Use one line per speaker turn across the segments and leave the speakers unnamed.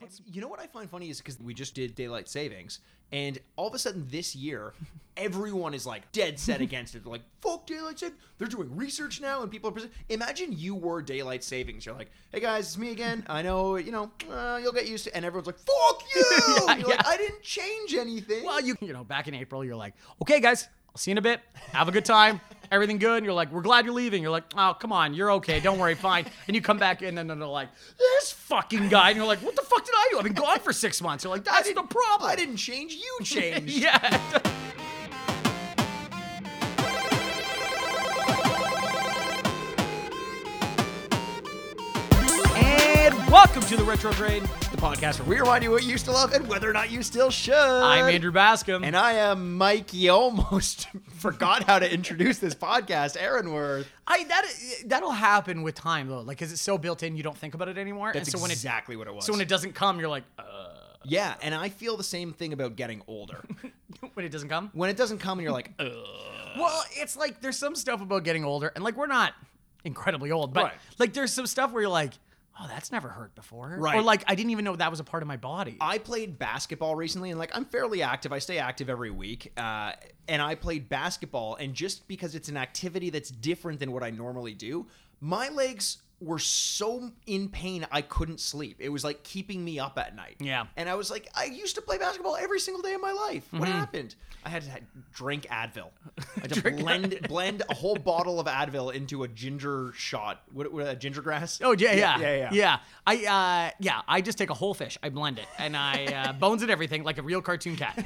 it's you know what I find funny is because we just did daylight savings, and all of a sudden this year, everyone is like dead set against it. They're like, "Fuck daylight savings!" They're doing research now, and people are. Pres- Imagine you were daylight savings. You're like, "Hey guys, it's me again. I know you know uh, you'll get used to," and everyone's like, "Fuck you!"
Yeah,
You're like,
yeah.
"I didn't change anything."
Well, you you know, back in April, you're like, okay, guys, I'll see you in a bit. Have a good time. Everything good. And you're like, we're glad you're leaving. You're like, oh, come on, you're okay. Don't worry, fine. And you come back in, and then they're like, this fucking guy. And you're like, what the fuck did I do? I've been gone for six months. You're like,
I
that's the
didn't-
problem.
I didn't change. You changed.
Yeah. and welcome to the Retrograde, the podcast where
We remind you what you used to love and whether or not you still should.
I'm Andrew Bascom.
And I am Mike. You almost forgot how to introduce this podcast, Aaron Worth.
I that that'll happen with time though, like because it's so built in, you don't think about it anymore.
That's
and so when it
exactly what it was.
so when it doesn't come, you're like, uh,
yeah, and I feel the same thing about getting older.
"Uh, when it doesn't come.
when it doesn't come, and you're like, "Ugh."
Well, it's like there's some stuff about getting older, and like we're not incredibly old, but
Right.
like there's some stuff where you're like, oh, that's never hurt before, Or
Right.
like I didn't even know that was a part of my body.
I played basketball recently, and like I'm fairly active. I stay active every week, uh, and I played basketball. And just because it's an activity that's different than what I normally do, my legs were so in pain I couldn't sleep. It was like keeping me up at night.
Yeah.
And I was like, I used to play basketball every single day of my life.
Mm-hmm.
What happened? I had to ha- drink Advil. I had to
Drink
blend blend a whole bottle of Advil into a ginger shot. What, what a ginger grass?
Oh yeah, yeah,
yeah, yeah.
I uh, yeah, I just take a whole fish, I blend it, and I uh, bones it everything like a real cartoon cat,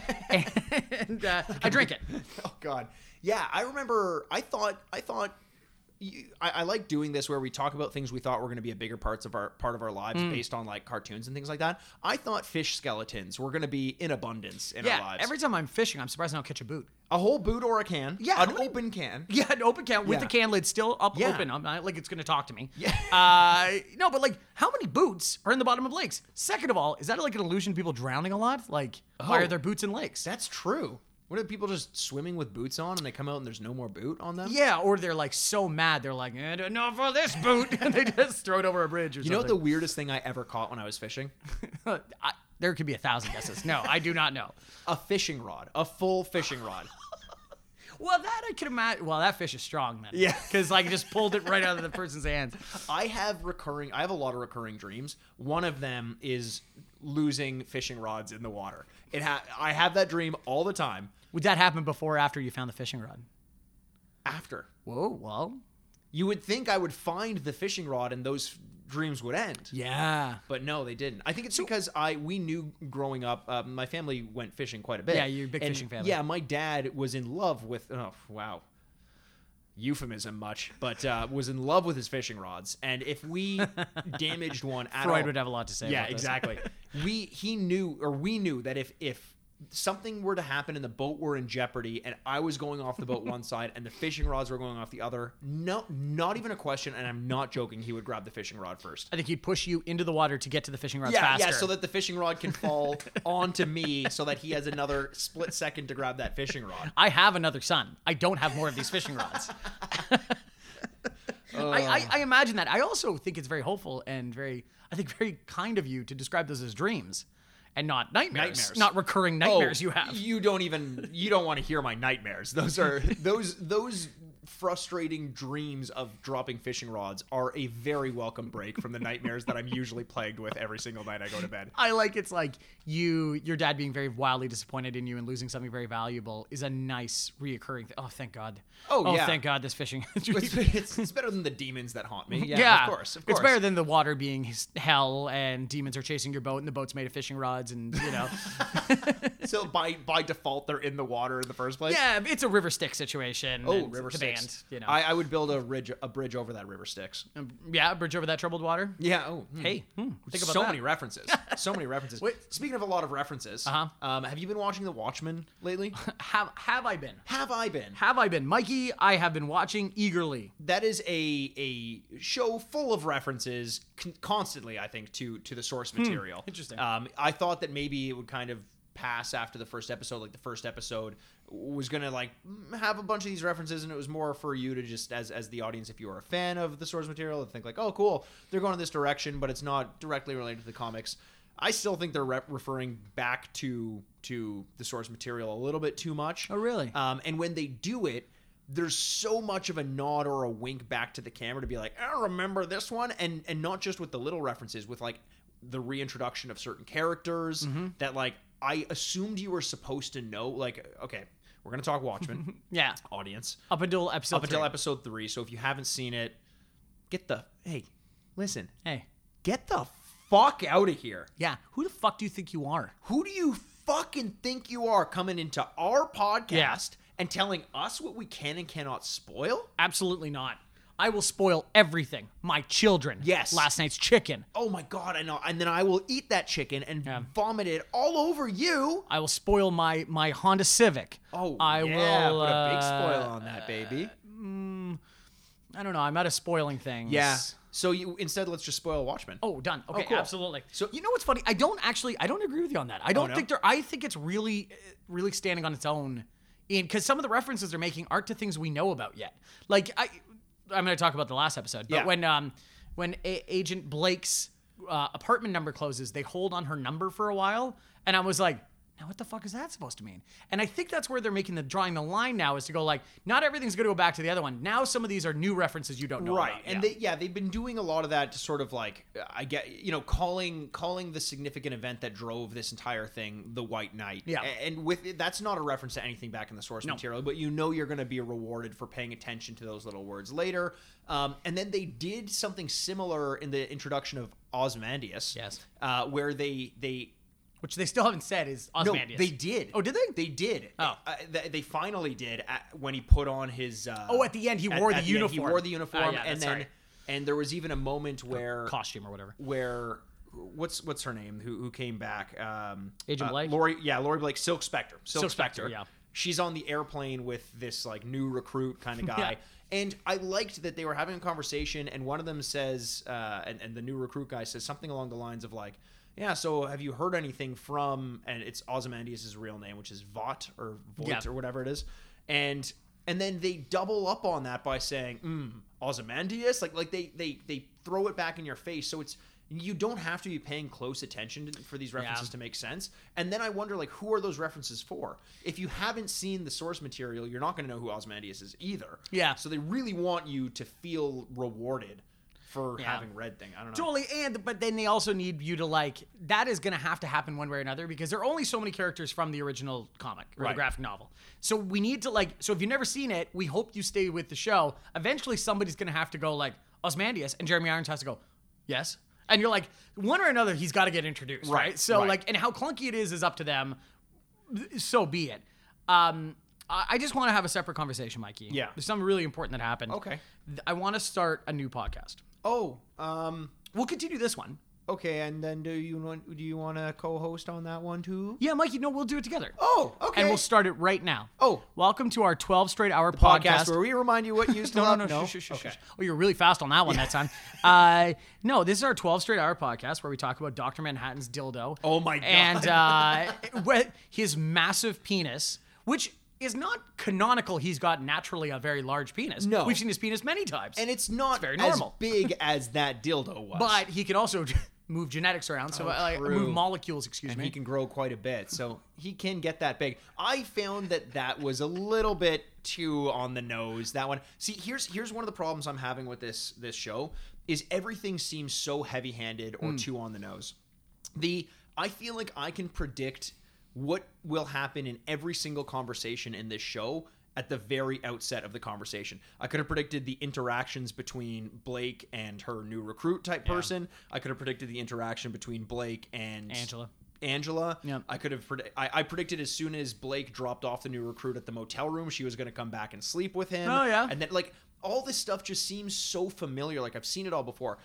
and uh, I drink it.
oh god yeah i remember i thought i thought you, I, I like doing this where we talk about things we thought were going to be a bigger parts of our part of our lives
Mm.
based on like cartoons and things like that i thought fish skeletons were going to be in abundance in
Yeah,
our lives
every time I'm fishing, I'm surprised I don't catch a boot.
a whole boot or a can
Yeah,
an
how many-
open can
Yeah, an open can with
Yeah.
the can lid still up
Yeah.
open. I'm not like it's gonna talk to me.
Yeah.
Uh, no, but like, how many boots are in the bottom of lakes? Second of all, is that like an illusion? to People drowning a lot? Like, why
Oh.
are there boots in lakes?
that's true what are people just swimming with boots on and they come out and there's no more boot on them
yeah, or they're like so mad they're like, eh, enough of this boot, and they just throw it over a bridge or
you know what the
something.
weirdest thing i ever caught when i was fishing
know the I, there could be a thousand guesses. No, I do not know.
a fishing rod a full fishing rod
Well, that I could imagine. Well, that fish is strong then.
Yeah.
because like it just pulled it right out of the person's hands.
I have recurring. I have a lot of recurring dreams. One of them is losing fishing rods in the water. It ha- I have that dream all the time.
Would that happen before or after you found the fishing rod?
After
Whoa, well,
you would think I would find the fishing rod and those dreams would end.
yeah.
But no, they didn't. I think it's because I we knew growing up. Uh, my family went fishing quite a bit.
Yeah, you're a big
And,
fishing family.
Yeah, my dad was in love with. Oh wow, euphemism much, but uh, was in love with his fishing rods. And if we damaged one at
Freud
all,
would have a lot to say.
yeah
about this.
exactly we he knew or we knew that if if something were to happen and the boat were in jeopardy and i was going off the boat one side and the fishing rods were going off the other no not even a question and i'm not joking he would grab the fishing rod first
I think he'd push you into the water to get to the fishing rods
yeah
faster.
yeah so that the fishing rod can fall onto me so that he has another split second to grab that fishing rod
I have another son. I don't have more of these fishing rods. I,
Uh.
I, I imagine that. I also think it's very hopeful and very, I think, very kind of you to describe those as dreams and not nightmares,
Nightmares.
not recurring nightmares you have.
Oh, You don't even you don't want to hear my nightmares. Those are those those frustrating dreams of dropping fishing rods are a very welcome break from the nightmares that I'm usually plagued with every single night I go to bed.
I like it's like you, your dad being very wildly disappointed in you and losing something very valuable is a nice reoccurring thing. Oh, thank God.
Oh, yeah.
thank God this fishing.
It's, it's, it's better than the demons that haunt me. Yeah, of course, of course.
It's better than the water being his- hell and demons are chasing your boat and the boat's made of fishing rods and you know.
so by by default they're in the water in the first place.
yeah, it's a river stick situation.
Oh,
and
river
the
sticks.
band, you know.
I, I would build a bridge a bridge over that river sticks.
Um, yeah, bridge over that troubled water.
Yeah. Oh. hmm.
Hey, hmm, think about
so
that.
many references. So many references.
Wait.
Speaking of a lot of references,
Uh-huh.
um, have you been watching The Watchmen lately?
Have have I been?
have I been?
Have I been, Mikey? I have been watching eagerly.
that is a a show full of references con- constantly i think to to the source material
Hmm. interesting.
um i thought that maybe it would kind of pass after the first episode like the first episode was gonna like mm, have a bunch of these references and it was more for you to just as as the audience if you are a fan of the source material and think like oh cool they're going in this direction but it's not directly related to the comics I still think they're re- referring back to to the source material a little bit too much.
Oh, really?
Um, and when they do it, there's so much of a nod or a wink back to the camera to be like, I remember this one, and and not just with the little references, with like the reintroduction of certain characters that like I assumed you were supposed to know. Like, okay, we're gonna talk Watchmen
Yeah.
audience
Up until episode.
up until
three.
episode three. So if you haven't seen it, get the hey, listen,
Hey.
get the fuck out of here.
Yeah. Who the fuck do you think you are?
Who do you fucking think you are coming into our podcast and telling us what we can and cannot spoil?
Absolutely not. I will spoil everything. My children.
Yes.
Last night's chicken.
Oh my god, I know. And then I will eat that chicken and
Yeah.
vomit it all over you.
I will spoil my my Honda Civic.
Oh,
I
yeah,
will
put a big
uh,
spoil on that, baby.
I don't know. I'm out of spoiling things.
Yeah. So you instead, let's just spoil Watchmen.
Oh, done. Okay,
cool.
absolutely. So
So-
you know what's funny? I don't actually. I don't agree with you on that. I don't
Oh, no?
think they're. I think it's really, uh, really standing on its own. In because some of the references they're making aren't to things we know about yet. Like I, I'm going to talk about the last episode. But
Yeah.
when um, when A- Agent Blake's uh, apartment number closes, they hold on her number for a while, and I was like. Now what the fuck is that supposed to mean? And I think that's where they're making the drawing the line now is to go like not everything's going to go back to the other one. Now some of these are new references you don't know
right
about.
and they yeah they've been doing a lot of that to sort of like i get you know calling calling the significant event that drove this entire thing the white knight
Yeah.
A- and with it, that's not a reference to anything back in the source material but you know you're going to be rewarded for paying attention to those little words later um, and then they did something similar in the introduction of osmandius
Yes.
uh, where they they
which they still haven't said is Ozymandias.
no, they did.
Oh, did they?
They did.
Oh.
Uh, they, they finally did at, when he put on his. Uh,
Oh, at the end, he wore the
end,
uniform.
he wore the uniform,
Ah, yeah,
and
that's
then
right.
and there was even a moment where
costume or whatever.
where what's what's her name who who came back? Um,
Agent
uh,
Blake?
Lori, yeah, Lori Blake, Silk Spectre. Silk,
Silk Spectre,
Spectre.
yeah.
She's on the airplane with this like new recruit kind of guy.
Yeah.
And I liked that they were having a conversation, and one of them says, uh, and, and the new recruit guy says something along the lines of like, "Yeah, so have you heard anything from?" And it's Ozymandias' real name, which is Vought or Voight
Yeah.
or whatever it is, and and then they double up on that by saying, mm, "Ozymandias," like like they they they throw it back in your face, so it's you don't have to be paying close attention to, for these references to make sense. And then I wonder, like, who are those references for? If you haven't seen the source material, you're not going to know who Ozymandias is either.
Yeah.
So they really want you to feel rewarded for
Yeah.
having read things. I don't know.
Totally, and but then they also need you to like that is going to have to happen one way or another because there are only so many characters from the original comic or the
Right.
graphic novel. So we need to like so if you've never seen it, we hope you stay with the show. Eventually, somebody's going to have to go like Osmandius, and Jeremy Irons has to go, yes, and you're like one or another, he's got to get introduced, right?
Right,
So
right.
like, and how clunky it is is up to them. So be it. Um, I I just want to have a separate conversation, Mikey.
Yeah.
There's something really important that happened.
Okay.
Th- I want to start a new podcast.
Oh, um,
We'll continue this one.
okay. And then do you want do you want to co-host on that one too?
Yeah, Mikey, no, we'll do it together.
Oh, okay.
And we'll start it right now.
Oh.
Welcome to our 12 straight hour
podcast,
podcast.
where we remind you what you used to
no,
love.
no, no, shush, shush, shush,
Okay.
shush. Oh, you're really fast on that one that time. Uh, no, this is our 12 straight hour podcast where we talk about Dr. Manhattan's dildo.
Oh my God.
And uh, what- his massive penis, which is not canonical. He's got naturally a very large penis.
No.
We've seen his penis many times.
And it's not
very
as
normal.
big as that dildo was.
but he can also move genetics around. So, uh, like, move
Oh, true.
molecules, excuse
and
me.
he can grow quite a bit, so he can get that big. I found that that was a little bit too on the nose. That one. See, here's here's one of the problems I'm having with this this show is everything seems so heavy-handed
Hmm.
or too on the nose. The I feel like I can predict what will happen in every single conversation in this show at the very outset of the conversation. I could have predicted the interactions between Blake and her new recruit type person. I could have predicted the interaction between Blake and
Angela.
Angela.
Yep.
I could have pred- I, I predicted as soon as Blake dropped off the new recruit at the motel room, she was going to come back and sleep with him.
Oh, yeah.
And then like all this stuff just seems so familiar. Like I've seen it all before.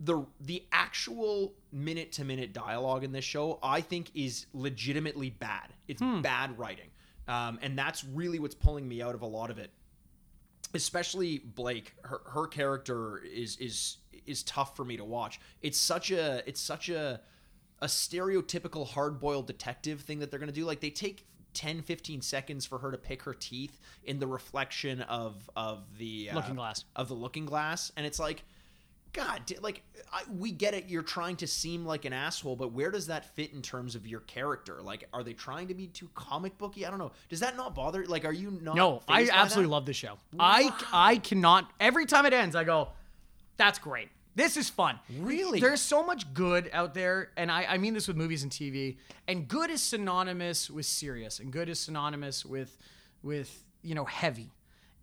The the actual minute to minute dialogue in this show, I think, is legitimately bad. It's
Hmm.
bad writing, um, and that's really what's pulling me out of a lot of it especially Blake, her, her character is is is tough for me to watch. It's such a it's such a a stereotypical hard-boiled detective thing that they're going to do like they take 10 15 seconds for her to pick her teeth in the reflection of of the uh,
Looking glass.
of the looking glass and it's like God, di- like I, we get it. You're trying to seem like an asshole, but where does that fit in terms of your character? Like, are they trying to be too comic booky? I don't know. Does that not bother? Like, are you not?
No, I
fazed by
absolutely
that?
love this show. I I cannot. Every time it ends, I go, "That's great. This is fun."
Really?
there's so much good out there, and I, I mean this with movies and TV. And good is synonymous with serious, and good is synonymous with with you know heavy.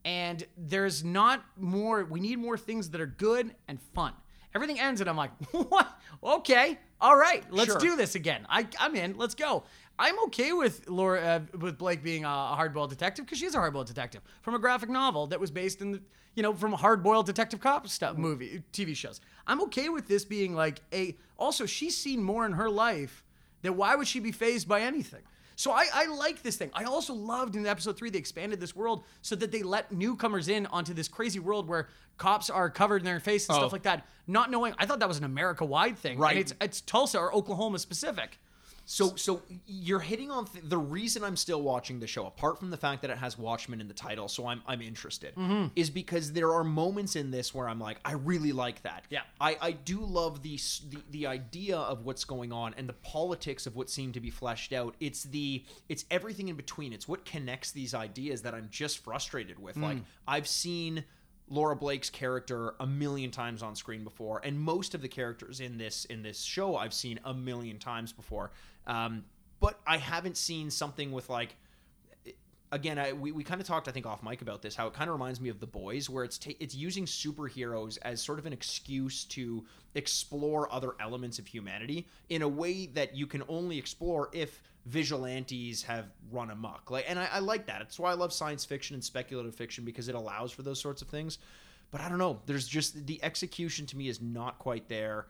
And there's not more. We need more things that are good and fun. Everything ends, and I'm like, "What? Okay, all right, let's
Sure.
do this again. I, I'm in. Let's go. I'm okay with Laura uh, with Blake being a hardboiled detective because she's a hardboiled detective from a graphic novel that was based in the you know from a hardboiled detective cop stuff
Mm-hmm.
movie TV shows. I'm okay with this being like a. Also, she's seen more in her life. Then why would she be phased by anything? So I, I like this thing. I also loved in episode three they expanded this world so that they let newcomers in onto this crazy world where cops are covered in their face and
Oh.
stuff like that. Not knowing, I thought that was an America-wide thing.
Right.
And it's it's Tulsa or Oklahoma specific.
So, so you're hitting on th- the reason I'm still watching the show, apart from the fact that it has Watchmen in the title, so I'm I'm interested, is because there are moments in this where I'm like, I really like that.
Yeah.
I I do love the s- the, the idea of what's going on and the politics of what seem to be fleshed out. It's the it's everything in between. It's what connects these ideas that I'm just frustrated with. Like I've seen. Laura Blake's character a million times on screen before, and most of the characters in this in this show I've seen a million times before. Um, but I haven't seen something with like again I, we, we kind of talked i think off mic about this how it kind of reminds me of the boys where it's ta- it's using superheroes as sort of an excuse to explore other elements of humanity in a way that you can only explore if vigilantes have run amok like and i, I like that it's why i love science fiction and speculative fiction because it allows for those sorts of things but i don't know there's just the execution to me is not quite there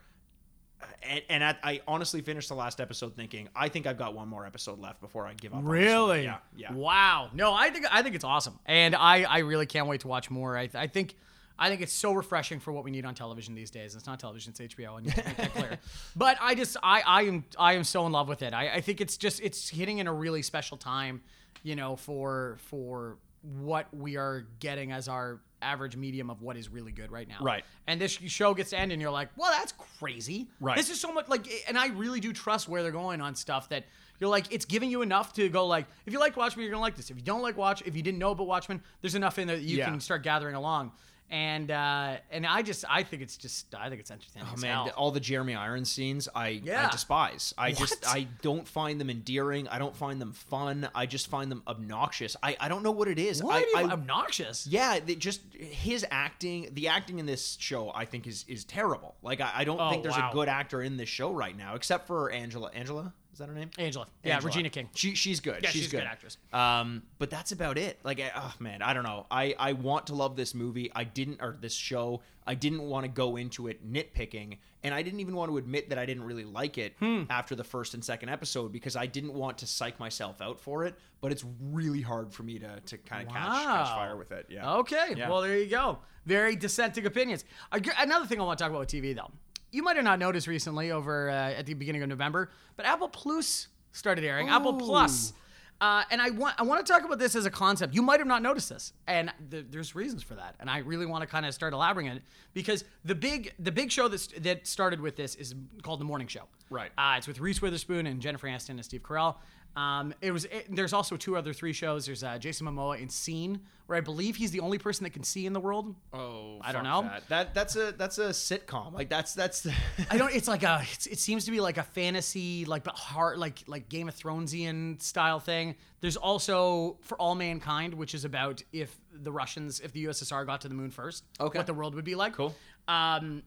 and, and I, I honestly finished the last episode thinking I think I've got one more episode left before I give up. on this one."
Really?
Yeah. Yeah.
Wow. No, I think I think it's awesome, and I I really can't wait to watch more. I, I think I think it's so refreshing for what we need on television these days. It's not television; it's HBO and that clear. But I just I I am I am so in love with it. I, I think it's just it's hitting in a really special time, you know, for for what we are getting as our average medium of what is really good right now.
Right.
And this show gets to end, and you're like, well, that's crazy.
Right.
This is so much like, and I really do trust where they're going on stuff that you're like, it's giving you enough to go like, if you like Watchmen, you're gonna like this. If you don't like Watch, if you didn't know about Watchmen, there's enough in there that you
Yeah.
can start gathering along. And uh, and I just I think it's just I think it's entertaining.
Oh
as
man,
hell.
th- all the Jeremy Irons scenes I,
Yeah.
I despise. I just
What?
I don't find them endearing. I don't find them fun. I just find them obnoxious. I, I don't know what it is. I,
Why are you
I-
obnoxious?
yeah, they just his acting, the acting in this show, I think is is terrible. Like I, I don't
Oh,
think there's
wow.
a good actor in this show right now, except for Angela. Angela is that her name?
Angela. Yeah,
Angela.
Regina King.
She she's good.
Yeah,
she's,
she's a
good.
good actress.
Um, but that's about it. Like, I- oh man, I don't know. I I want to love this movie. I didn't or this show. I didn't want to go into it nitpicking, and I didn't even want to admit that I didn't really like it
Hmm.
after the first and second episode because I didn't want to psych myself out for it. But it's really hard for me to to kind of catch, catch
Wow. Oh,
fire with it. Yeah.
Okay.
Yeah.
Well, there you go. Very dissenting opinions. I gu- Another thing I want to talk about with TV, though. You might have not noticed recently over uh, at the beginning of November, but Apple Plus started airing. Apple Plus. Uh, and I want I want to talk about this as a concept. You might have not noticed this, and th- there's reasons for that. And I really want to kind of start elaborating on it because the big the big show that st- that started with this is called The Morning Show.
Right.
Uh, it's with Reese Witherspoon and Jennifer Aniston and Steve Carell. Um, it was. It, there's also two other three shows. There's uh, Jason Momoa in Scene, where I believe he's the only person that can see in the world.
Oh,
I don't
fuck
know.
That. that that's a that's a sitcom. Like that's that's.
I don't. It's like a. It's, it seems to be like a fantasy, like but hard, like like Game of Thronesian style thing. There's also for all mankind, which is about if the Russians, if the USSR got to the moon first,
Okay.
what the world would be like.
Cool.
Um,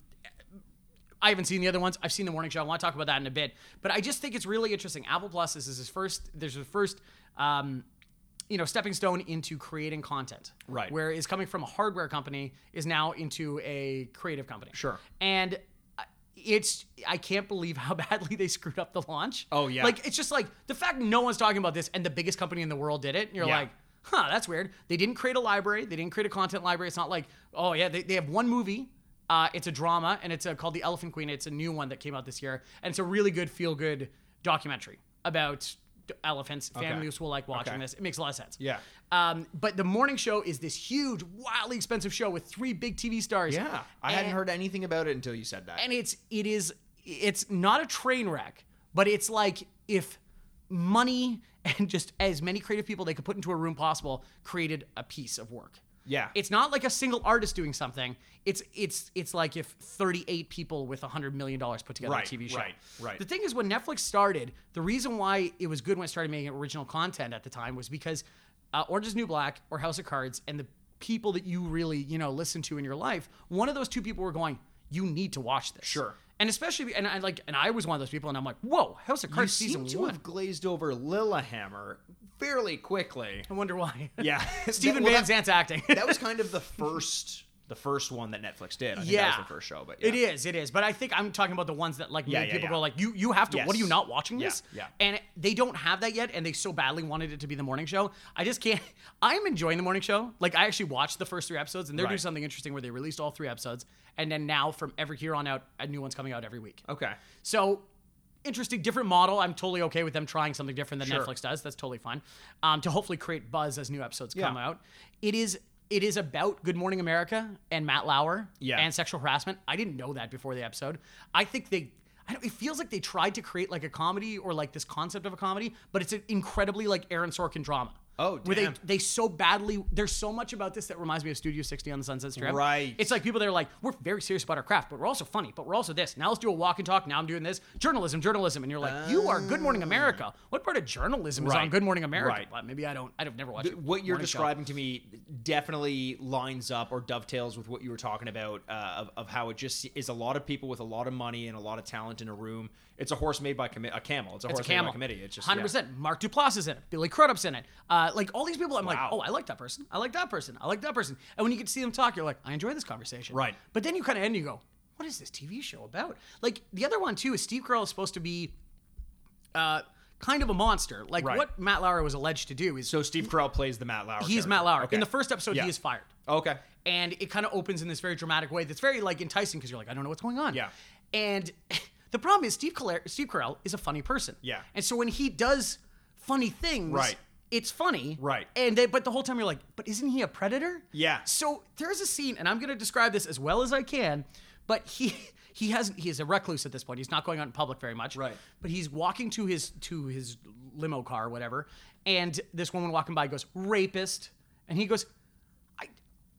I haven't seen the other ones. I've seen the morning show. I want to talk about that in a bit. But I just think it's really interesting. Apple Plus is his first. There's the first. Um, you know, stepping stone into creating content.
Right.
Where is coming from a hardware company is now into a creative company.
Sure.
And I- it's I can't believe how badly they screwed up the launch.
Oh, yeah.
Like it's just like the fact no one's talking about this and the biggest company in the world did it. And you're
Yeah.
like, huh, that's weird. They didn't create a library. They didn't create a content library. It's not like, oh yeah, they, they have one movie. Uh, it's a drama and it's uh called The Elephant Queen. It's a new one that came out this year and it's a really good feel good documentary about d- elephants. Families will like watching
Okay.
this. It makes a lot of sense.
Yeah.
Um, but the morning show is this huge, wildly expensive show with three big TV stars.
Yeah.
I hadn't
And-
heard anything about it until you said that.
and it's it is it's not a train wreck, but it's like if money and just as many creative people they could put into a room possible created a piece of work.
Yeah.
It's not like a single artist doing something. It's it's it's like if 38 people with 100 million dollars put together
Right,
a TV show.
right, right.
The thing is when Netflix started, the reason why it was good when it started making original content at the time was because uh, Orange is the New Black or House of Cards and the people that you really, you know, listen to in your life, one of those two people were going, "You need to watch this."
Sure.
And especially and I like and I was one of those people and I'm like, "Whoa, House of
you
Cards
seem
season
to
1."
have glazed over Lillehammer fairly quickly.
I wonder why.
Yeah.
Stephen
Well,
Van
that-
Zandt's acting.
that was kind of the first the first one that Netflix did. I think that was the first show, but yeah.
it is, it is. But I think I'm talking about the ones that like
Yeah,
made
yeah,
people
yeah.
go like, you you have to. What are you
Yes.
not watching
Yeah,
this?
yeah.
And they don't have that yet, and they so badly wanted it to be the morning show. I just can't. I'm enjoying the morning show. Like I actually watched the first three episodes, and they're doing
Right.
something interesting where they released all three episodes, and then now from every here on out, a new one's coming out every week.
Okay.
So interesting, different model. I'm totally okay with them trying something different than Netflix does. That's totally fine. Um, to hopefully create buzz as new episodes come out. It is it is about Good Morning America and Matt Lauer
Yeah.
and sexual harassment. I didn't know that before the episode. I think they. I don't, it feels like they tried to create like a comedy or like this concept of a comedy, but it's an incredibly like Aaron Sorkin drama.
Oh,
Where they,
damn.
they so badly there's so much about this that reminds me of Studio 60 on the Sunset Strip.
Right.
It's like people that are like, we're very serious about our craft, but we're also funny, but we're also this. Now let's do a walk and talk. Now I'm doing this journalism, journalism, and you're like, you are Good
Ah.
Morning America. What part of journalism is on
Right.
Good Morning America?
Right.
But maybe I don't. I've never watched
Th-
it.
What you're
Morning show.
describing to me definitely lines up or dovetails with what you were talking about uh, of, of how it just is a lot of people with a lot of money and a lot of talent in a room. It's a horse made by commi- a camel. It's a
It's a
horse
camel.
made by committee. It's just yeah.
100%. Mark Duplass is in it. Billy Crudup's in it. Uh, like all these people, I'm like,
Wow.
oh, I like that person. I like that person. I like that person. And when you get to see them talk, you're like, I enjoy this conversation.
Right.
But then you kind of end and you go, what is this TV show about? Like the other one, too, is Steve Carell is supposed to be uh, kind of a monster. Like
Right.
what Matt Lauer was alleged to do is
So Steve Carell plays the Matt Lauer.
he's
character.
Matt Lauer.
Okay.
In the first episode,
Yeah.
he is fired
okay.
and it kind of opens in this very dramatic way that's very like enticing because you're like, I don't know what's going on.
Yeah.
And the problem is Steve Carell, Steve Carell is a funny person.
Yeah.
And so when he does funny things,
Right.
It's funny,
Right.
And they, but the whole time you're like, but isn't he a predator?
Yeah.
So there's a scene, and I'm gonna describe this as well as I can, but he he hasn't he is a recluse at this point. He's not going out in public very much.
Right.
But he's walking to his to his limo car, whatever, and this woman walking by goes, rapist. And he goes, I,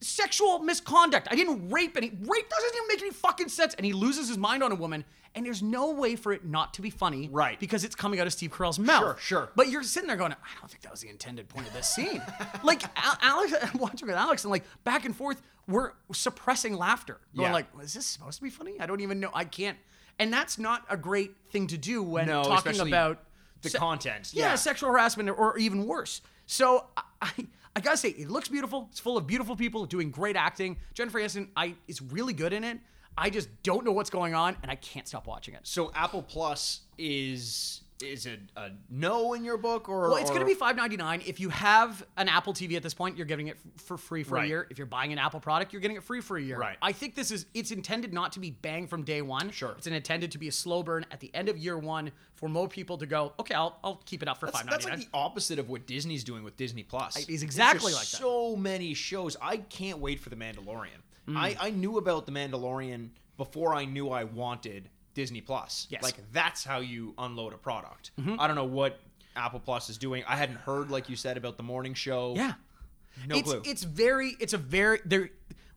sexual misconduct. I didn't rape any. Rape doesn't even make any fucking sense. And he loses his mind on a woman, and there's no way for it not to be funny.
Right.
Because it's coming out of Steve Carell's mouth.
Sure, sure.
But you're sitting there going, I don't think that was the intended point of this scene. like, Al- Alex, I'm watching with Alex, and like, back and forth, we're suppressing laughter. Going
Yeah.
like, is this supposed to be funny? I don't even know. I can't. And that's not a great thing to do when
No,
talking
especially
about
the
se-
content.
yeah,
Yeah.
sexual harassment or, or even worse. So I, I, I gotta say, it looks beautiful. It's full of beautiful people doing great acting. Jennifer Aniston, I is really good in it. I just don't know what's going on, and I can't stop watching it.
So Apple Plus is is it a no in your book or
Well, it's going
or-
to be five ninety nine. If you have an Apple TV at this point, you're getting it f- for free for a
Right.
year. If you're buying an Apple product, you're getting it free for a year.
Right.
I think this is it's intended not to be bang from day one.
Sure.
It's intended to be a slow burn at the end of year one for more people to go. Okay, I'll, I'll keep it up for
That's,
five
that's
ninety nine.
like the opposite of what Disney's doing with Disney Plus.
is exactly
There's
like
just
that.
So many shows. I can't wait for The Mandalorian. I, I knew about The Mandalorian before I knew I wanted Disney Plus.
Yes.
Like that's how you unload a product. I don't know what Apple Plus is doing. I hadn't heard, like you said, about the morning show.
yeah.
No
it's,
clue.
It's very, it's a very, there,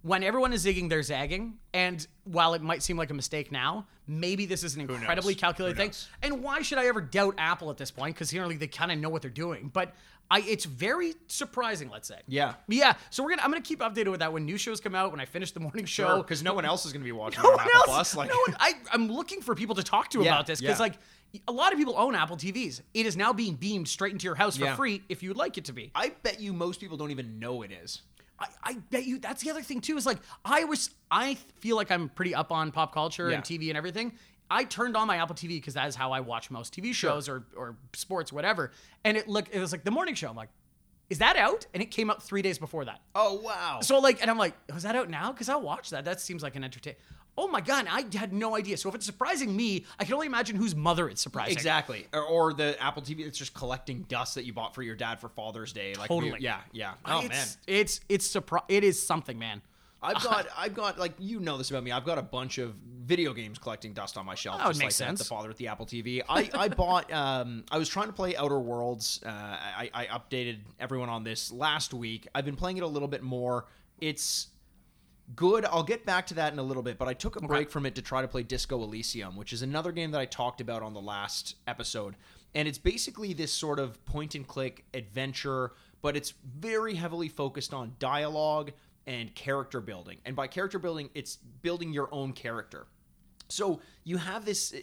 when everyone is zigging, they're zagging. And while it might seem like a mistake now, maybe this is an incredibly
knows?
calculated
Who
thing.
knows?
And why should I ever doubt Apple at this point? Because generally they kind of know what they're doing. But I, it's very surprising, let's say.
Yeah.
Yeah. So we're gonna, I'm gonna keep updated with that when new shows come out, when I finish the morning show.
because no one else is going to be watching
No
on
one
Apple
else.
Plus. Like,
no one, I, I'm looking for people to talk to
Yeah,
about this because,
yeah.
like, a lot of people own Apple TVs. It is now being beamed straight into your house for
Yeah.
free if you'd like it to be.
I bet you most people don't even know it is.
I, I bet you that's the other thing too is like I was I feel like I'm pretty up on pop culture
Yeah.
and TV and everything. I turned on my Apple TV because that is how I watch most TV shows or or sports whatever. And it look it was like the morning show. I'm like, is that out? And it came out three days before that.
Oh wow.
So like, and I'm like, was that out now? Because I'll watch that. That seems like an entertain. oh my god, I had no idea. So if it's surprising me, I can only imagine whose mother it's surprising.
Exactly. Or, or the Apple TV that's just collecting dust that you bought for your dad for Father's Day. Like we-
Totally.
yeah, yeah. Oh
it's,
man.
it's it's surpri- It is something, man.
I've got, I've got, like you know this about me. I've got a bunch of video games collecting dust on my shelf.
That would
just
make
like
sense.
The father with the Apple TV. I, I bought. Um, I was trying to play Outer Worlds. Uh, I, I updated everyone on this last week. I've been playing it a little bit more. It's good. I'll get back to that in a little bit, but I took a break from it to try to play Disco Elysium, which is another game that I talked about on the last episode. And it's basically this sort of point and click adventure, but it's very heavily focused on dialogue and character building. And by character building, it's building your own character. So you have this uh,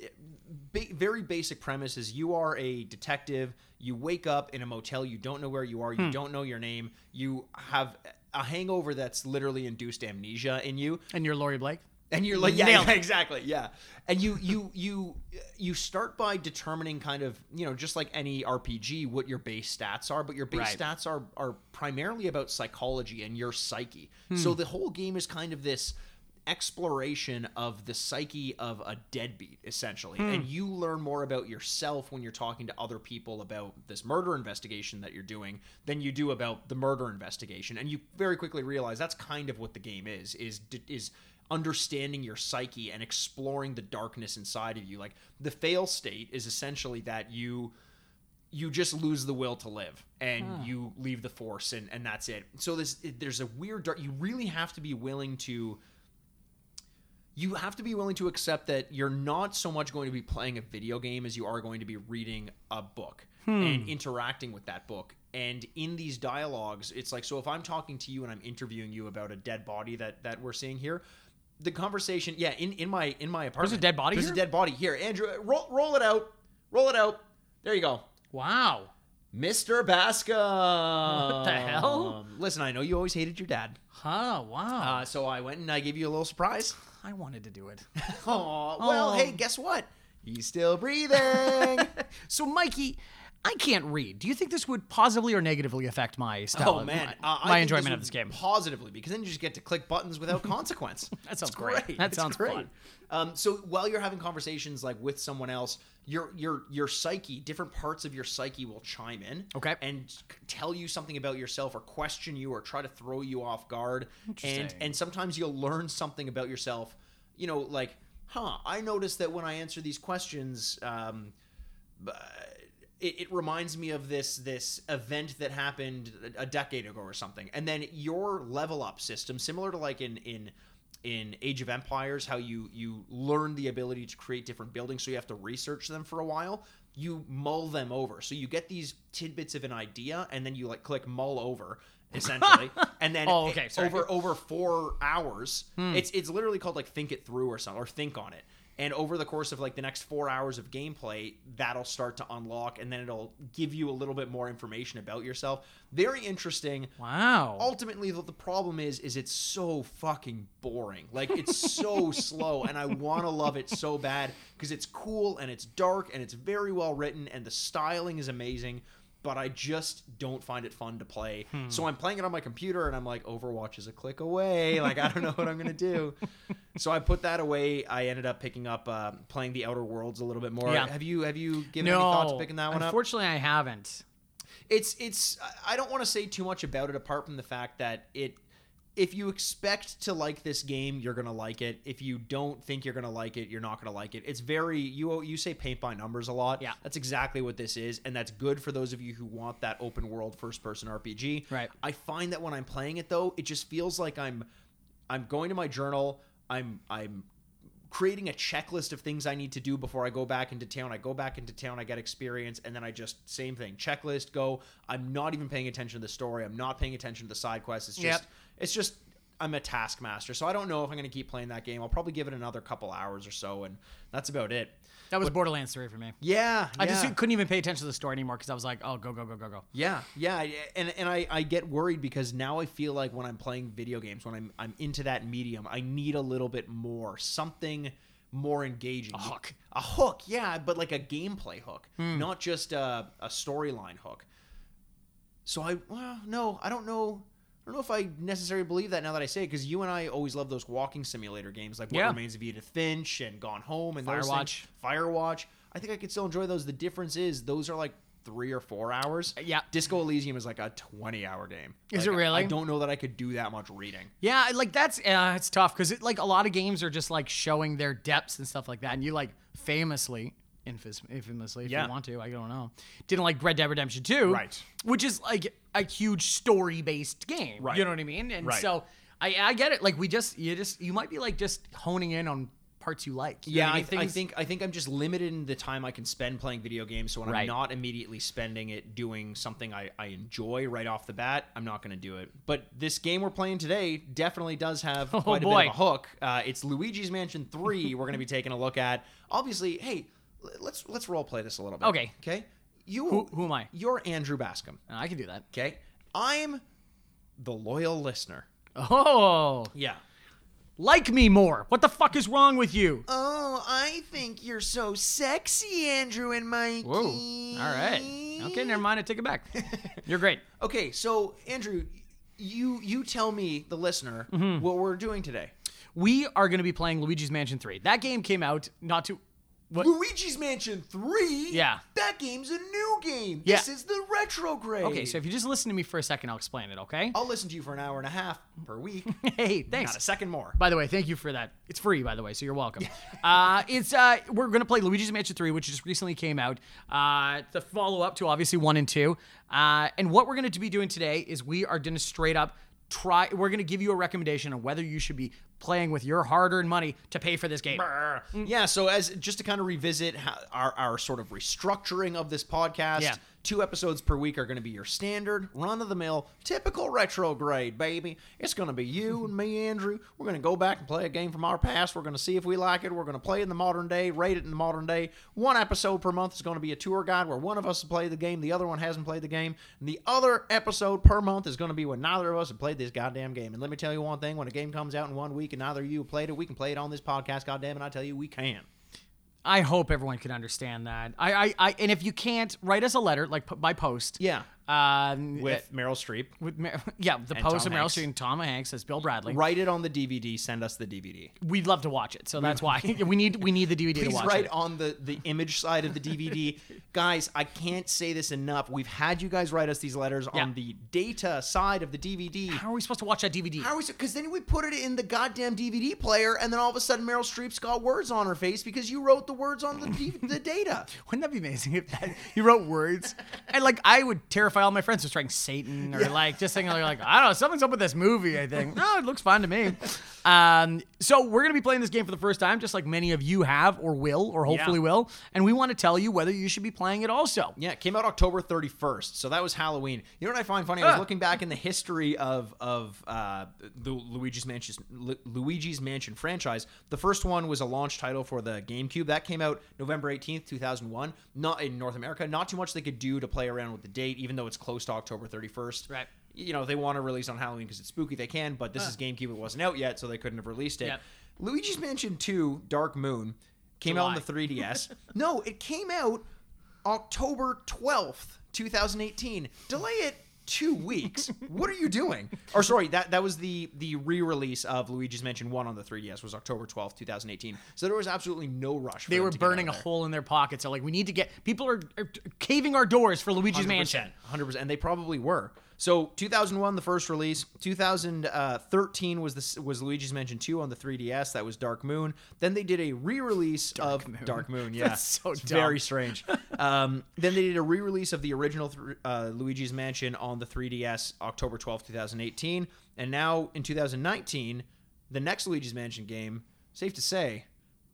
ba- very basic premise is you are a detective. You wake up in a motel. You don't know where you are. You
Hmm.
don't know your name. You have a hangover that's literally induced amnesia in you,
And you're Lori Blake.
and you're like, yeah,
Nailed
yeah, exactly, yeah. And you you you you start by determining kind of you know just like any RPG what your base stats are, but your base
Right.
stats are are primarily about psychology and your psyche. So the whole game is kind of this exploration of the psyche of a deadbeat essentially and you learn more about yourself when you're talking to other people about this murder investigation that you're doing than you do about the murder investigation and you very quickly realize that's kind of what the game is is is understanding your psyche and exploring the darkness inside of you like the fail state is essentially that you you just lose the will to live and
Hmm.
you leave the force and and that's it so this there's a weird dark you really have to be willing to you have to be willing to accept that you're not so much going to be playing a video game as you are going to be reading a book
Hmm.
and interacting with that book. And in these dialogues, it's like so if I'm talking to you and I'm interviewing you about a dead body that that we're seeing here, the conversation, yeah, in in my in my apartment,
dead body
There's
here?
a dead body here. Andrew, roll roll it out, roll it out. There you go.
Wow.
Mr. Bascom.
What the hell?
Listen, I know you always hated your dad.
Huh. Wow.
Uh, so I went and I gave you a little surprise.
I wanted to do it.
Oh, well,
Aw.
hey, guess what? He's still breathing.
so Mikey, I can't read. Do you think this would positively or negatively affect my style?
oh,
of-
man.
my,
Uh, I
my
think
enjoyment
would
of this game?
Positively, because then you just get to click buttons without consequence.
That sounds
It's
great. That
It's
sounds
great.
fun.
Um, so while you're having conversations like with someone else, your your your psyche, different parts of your psyche will chime in,
Okay.
and c- tell you something about yourself, or question you, or try to throw you off guard. And
Interesting.
and sometimes you'll learn something about yourself. You know, like, huh? I noticed that when I answer these questions. Um, it, it reminds me of this this event that happened a- a decade ago or something and then your level up system similar to like in in in age of empires how you you learn the ability to create different buildings so you have to research them for a while you mull them over so you get these tidbits of an idea and then you like click mull over essentially and then
Oh, okay,
it-
sorry.
over over four hours. It's it's literally called like think it through or something or think on it. And over the course of like the next four hours of gameplay, that'll start to unlock, and then it'll give you a little bit more information about yourself. Very interesting.
Wow.
Ultimately, the, the problem is, is it's so fucking boring. Like it's so slow, and I want to love it so bad because it's cool and it's dark and it's very well written and the styling is amazing. But I just don't find it fun to play.
Hmm.
So I'm playing it on my computer, and I'm like, Overwatch is a click away. Like I don't know what I'm gonna do. so I put that away. I ended up picking up uh, playing The Outer Worlds a little bit more.
Yeah.
Have you have you given
no.
any thought to picking that one up?
Unfortunately, I haven't.
it's it's I- i don't want to say too much about it apart from the fact that it if you expect to like this game you're gonna like it if you don't think you're gonna like it you're not gonna like it it's very you you say paint by numbers a lot
Yeah.
that's exactly what this is and that's good for those of you who want that open world first person rpg
Right.
i find that when i'm playing it though it just feels like i'm i'm going to my journal i'm i'm creating a checklist of things I need to do before I go back into town. I go back into town, I get experience, and then I just same thing. Checklist, go. I'm not even paying attention to the story. I'm not paying attention to the side quests. It's just
Yep.
it's just I'm a taskmaster. So I don't know if I'm going to keep playing that game. I'll probably give it another couple hours or so and that's about it.
That was Borderlands 3 for me.
Yeah.
I just
yeah.
couldn't even pay attention to the story anymore because I was like, oh, go, go, go, go, go.
Yeah, yeah, I- and and I, I get worried because now I feel like when I'm playing video games, when I'm I'm into that medium, I need a little bit more, something more engaging, a
hook. Hmm.
a hook, yeah, but like a gameplay hook, not just a, a storyline hook. So I well, no, I don't know. I don't know if I necessarily believe that now that I say it, because you and I always love those walking simulator games, like What
Yeah.
Remains of Edith Finch and Gone Home and those
Firewatch.
things. Firewatch. I think I could still enjoy those. The difference is those are like three or four hours.
yeah.
Disco Elysium is like a twenty-hour game. Like,
Is it really?
I don't know that I could do that much reading.
Yeah, I- like that's uh, it's tough because it, like a lot of games are just like showing their depths and stuff like that, and you like famously. Infamous, infamously, if
Yeah.
you want to, I don't know. Didn't like Red Dead Redemption 2,
Right.
Which is like a huge story-based game,
Right.
You know what I mean? And
Right.
so I, I get it. Like we just, you just, you might be like just honing in on parts you like. You know
Yeah,
what
I,
mean?
th- I
Things-
think I think I'm just limited in the time I can spend playing video games. So when
Right.
I'm not immediately spending it doing something I, I enjoy right off the bat, I'm not going to do it. But this game we're playing today definitely does have quite a
Oh, boy.
bit of a hook. Uh, it's Luigi's Mansion Three. we're going to be taking a look at. Obviously, hey, l- let's let's role play this a little bit.
Okay.
Okay. You.
Who- who am I?
You're Andrew Bascom.
Uh, I can do that.
Okay. I'm the loyal listener.
Oh,
Yeah.
like me more. What the fuck is wrong with you?
Oh, I think you're so sexy, Andrew and Mikey.
Whoa. All right. Okay, never mind. I take it back. You're great.
Okay, so Andrew, you you tell me, the listener,
Mm-hmm.
what we're doing today.
We are going to be playing Luigi's Mansion 3. That game came out not too. What?
Luigi's Mansion 3?
Yeah.
That game's a new game.
Yeah.
This is the retrograde.
Okay, so if you just listen to me for a second, I'll explain it, okay?
I'll listen to you for an hour and a half per week.
Hey,
Not a
thanks.
second more.
By the way, thank you for that. It's free, by the way, so you're welcome. uh, it's uh, we're gonna play Luigi's Mansion 3, which just recently came out. Uh, it's a follow up to obviously one and two. Uh, and what we're gonna be doing today is we are gonna straight up try. We're gonna give you a recommendation on whether you should be playing with your hard earned money to pay for this game. Mm.
Yeah, so as just to kind of revisit how, our our sort of restructuring of this podcast,
Yeah.
two episodes per week are going to be your standard run of the mill, typical retrograde, baby. It's going to be you and me, Andrew. We're going to go back and play a game from our past. We're going to see if we like it. We're going to play it in the modern day, rate it in the modern day. One episode per month is going to be a tour guide where one of us has played the game, the other one hasn't played the game. And the other episode per month is going to be when neither of us have played this goddamn game. And let me tell you one thing: when a game comes out in one week and neither of you have played it, we can play it on this podcast. Goddamn it, I tell you, we can.
I hope everyone can understand that. I, I, I and if you can't, write us a letter like p- by post.
Yeah.
Um,
With Meryl Streep.
with Mer- yeah, the post
Tom
of Meryl
Hanks.
Streep and Tom Hanks as Bill Bradley.
Write it on the DVD. Send us the DVD.
We'd love to watch it, so that's why we need we need the DVD to
Please
watch
write
it.
on the, the image side of the DVD. guys, I can't say this enough. We've had you guys write us these letters
Yeah.
on the data side of the DVD.
How are we supposed to watch that DVD?
How is it? Because then we put it in the goddamn DVD player, and then all of a sudden Meryl Streep's got words on her face because you wrote the words on the, D- the data.
Wouldn't that be amazing if that, you wrote words and like I would terrify all my friends with writing Satan or like just saying like I don't know something's up with this movie. I think no, it looks fine to me. Um, so we're gonna be playing this game for the first time, just like many of you have or will or hopefully
Yeah.
will, and we want to tell you whether you should be playing it also.
Yeah, it came out October 31st, so that was Halloween. You know what I find funny? I was
Ah.
looking back in the history of of uh, the Luigi's Mansion Lu- Luigi's Mansion franchise. The first one was a launch title for the GameCube. That came out November 18th, 2001. Not in North America. Not too much they could do to play around with the date, even though it's close to October 31st.
Right. Ah.
You know, if they want to release on Halloween because it's spooky, they can. But this is GameCube; it wasn't out yet, so they couldn't have released it.
Yep.
Luigi's Mansion 2: Dark Moon came out on
July.
the 3DS. no, it came out October 12th, 2018. Delay it two weeks. what are you doing? Or sorry, that that was the the re-release of Luigi's Mansion 1 on the 3DS was October 12th, 2018. So there was absolutely no rush. For
They
them
were
to get out
burning a
there.
hole in their pockets. So like we need to get people are, are caving our doors for Luigi's Mansion.
100%. And they probably were. So 2001, the first release. 2013 was this was Luigi's Mansion 2 on the 3DS. That was Dark Moon. Then they did a re-release of Dark Moon. Yeah,
That's so
It's
dumb.
very strange. um, then they did a re-release of the original th- uh, Luigi's Mansion on the 3DS, October 12, 2018. And now in 2019, the next Luigi's Mansion game. Safe to say,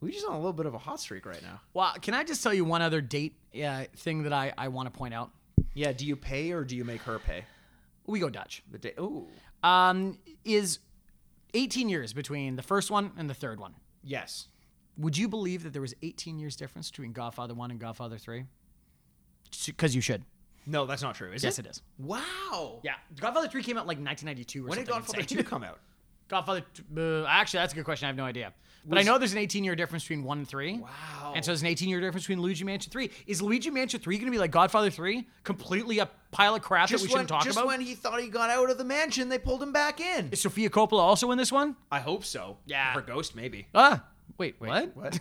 Luigi's on a little bit of a hot streak right now.
Well, can I just tell you one other date uh, thing that I, I want to point out?
Yeah. Do you pay or do you make her pay?
We go Dutch.
The day. Ooh.
Um, is 18 years between the first one and the third one.
Yes.
Would you believe that there was 18 years difference between Godfather 1 and Godfather 3? Because you should.
No, that's not true. Is
Yes,
it?
it is.
Wow.
Yeah. Godfather 3 came out like 1992 or
When
something.
did Godfather
insane.
Two come out?
Godfather. t- Uh, actually, that's a good question. I have no idea. But I know there's an 18 year difference between one and three.
Wow.
And so there's an 18 year difference between Luigi Mansion three. Is Luigi Mansion three going to be like Godfather three, completely a pile of crap that we
Just, when,
shouldn't talk
just
about?
when he thought he got out of the mansion, they pulled him back in.
Is Sophia Coppola also in this one?
I hope so.
Yeah.
Or Ghost, maybe.
Ah, wait, what?
What?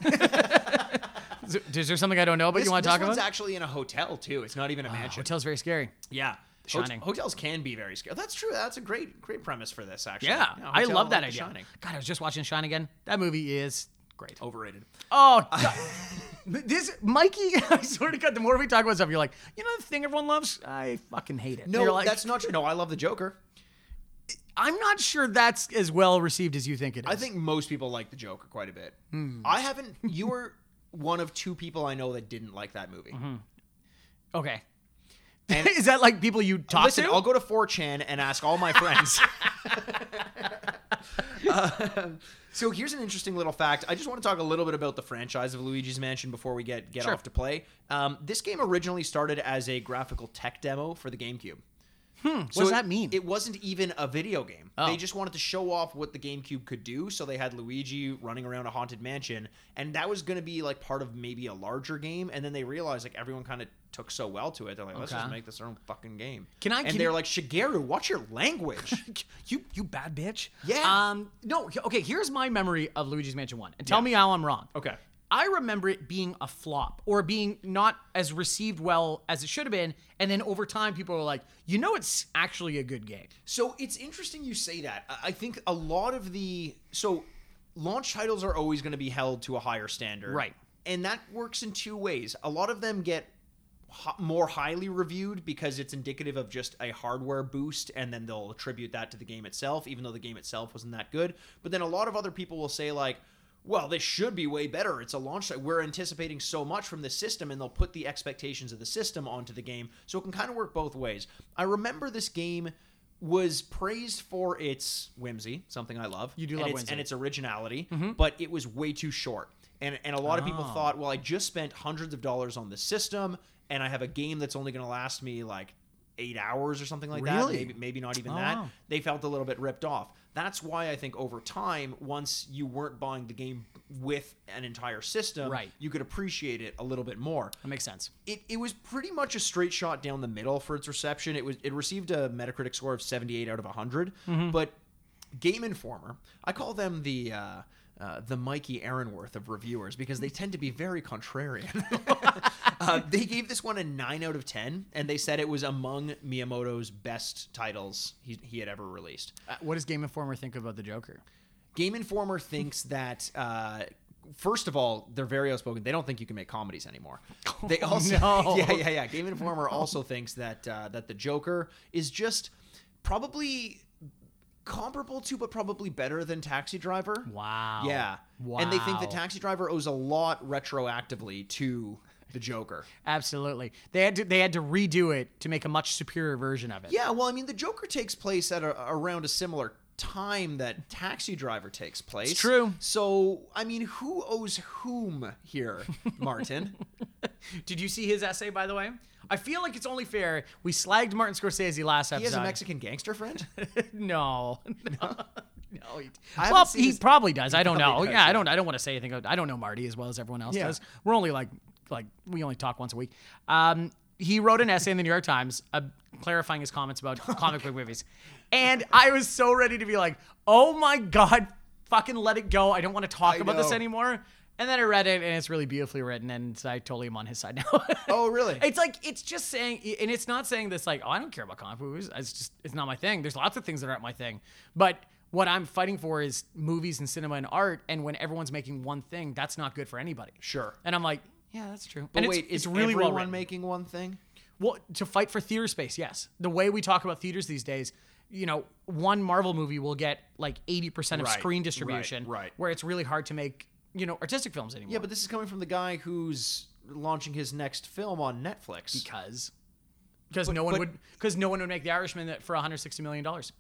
Is there- is there something I don't know about
this,
you want to
this
talk
one's
about?
actually in a hotel too. It's not even a mansion.
Hotel's very scary.
Yeah.
Shining.
Hot- Hotels can be very scary. That's true. That's a great, great premise for this. Actually,
Yeah, I
hotel
love that
like
idea.
Shining.
God, I was just watching Shine again. That movie is great.
Overrated.
Oh, God. this Mikey, I swear to God, the more we talk about stuff, you're like, you know the thing everyone loves? I fucking hate it.
No,
You're like,
that's not true. No, I love the Joker.
I'm not sure that's as well received as you think it is.
I think most people like the Joker quite a bit. I haven't. You were one of two people I know that didn't like that movie.
Okay.
And-
is that like people you talk
Listen, oh,
to?
I'll go to 4chan and ask all my friends. Um, so here's an interesting little fact. I just want to talk a little bit about the franchise of Luigi's Mansion before we get get
Sure.
off to play. Um, this game originally started as a graphical tech demo for the GameCube.
what does that mean?
It wasn't even a video game.
Oh.
They just wanted to show off what the GameCube could do, so they had Luigi running around a haunted mansion, and that was going to be like part of maybe a larger game. And then they realized like everyone kind of took so well to it, they're like, let's
Okay.
just make this our own fucking game.
Can I-
And
can
they're
you-
like, Shigeru, watch your language.
you you bad bitch.
Yeah.
Um. No. he- Okay. Here's my memory of Luigi's Mansion One, and tell
Yeah.
me how I'm wrong.
Okay.
I remember it being a flop or being not as received well as it should have been, and then over time people were like, you know, it's actually a good game.
So it's interesting you say that. I- I think a lot of the so launch titles are always going to be held to a higher standard,
Right.
And that works in two ways. A lot of them get ho- more highly reviewed because it's indicative of just a hardware boost, and then they'll attribute that to the game itself, even though the game itself wasn't that good. But then a lot of other people will say like. Well, this should be way better. It's a launch title. We're anticipating so much from this system, and they'll put the expectations of the system onto the game. So it can kind of work both ways. I remember this game was praised for its whimsy, something I love.
You do
and
love
its,
whimsy.
and its originality,
Mm-hmm.
but it was way too short. And and a lot of
Oh.
people thought, well, I just spent hundreds of dollars on this system, and I have a game that's only going to last me like eight hours or something like that.
Really?
Maybe maybe not even
Oh,
that.
wow.
They felt a little bit ripped off. That's why I think over time, once you weren't buying the game with an entire system,
Right.
you could appreciate it a little bit more
That makes sense.
it, it was pretty much a straight shot down the middle for its reception. It was it received a Metacritic score of 78 out of 100, but Game Informer, I call them the uh, uh, the Mikey Aaronworth of reviewers because they tend to be very contrarian. uh, they gave this one a 9 out of 10, and they said it was among Miyamoto's best titles he, he had ever released.
Uh, what does Game Informer think about the Joker?
Game Informer thinks that uh, first of all, they're very outspoken. They don't think you can make comedies anymore. They
Oh,
also,
no.
yeah, yeah, yeah. Game Informer also thinks that uh, that the Joker is just probably comparable to, but probably better than Taxi Driver.
Wow.
Yeah, and they think that
Wow.
Taxi Driver owes a lot retroactively to the Joker.
Absolutely. They had to they had to redo it to make a much superior version of it.
Yeah, well, I mean, the Joker takes place at a, around a similar time that Taxi Driver takes place.
true.
So, I mean, who owes whom here, Martin?
Did you see his essay by the way? I feel like it's only fair we slagged Martin Scorsese last
he has
episode.
a Mexican gangster friend.
no. No. no he,
I haven't
well,
seen
he
his-
probably does. I don't know.
probably does,
yeah, I
yeah.
don't. I don't want to say anything. I don't know Marty as well as everyone else
Yeah.
does. We're only like like we only talk once a week. Um, he wrote an essay in the New York Times uh, clarifying his comments about comic book movies, and I was so ready to be like, "Oh my god, fucking let it go! I don't want to talk
I
about this
know.
anymore." And then I read it, and it's really beautifully written, and I totally am on his side now.
Oh, really?
It's like it's just saying, and it's not saying this like, oh, I don't care about comic movies. It's just it's not my thing. There's lots of things that aren't my thing, but what I'm fighting for is movies and cinema and art. And when everyone's making one thing, that's not good for anybody.
Sure.
And I'm like, yeah, that's true.
But
and
wait,
it's,
is
it's really well
everyone
written.
making one thing?
Well, to fight for theater space, yes. The way we talk about theaters these days, you know, one Marvel movie will get like 80% of
Right,
screen
right,
distribution,
right.
where it's really hard to make, you know, artistic films anymore.
Yeah, but this is coming from the guy who's launching his next film on Netflix.
because because no one
but-
would because no one would make the Irishman that for 160 million dollars,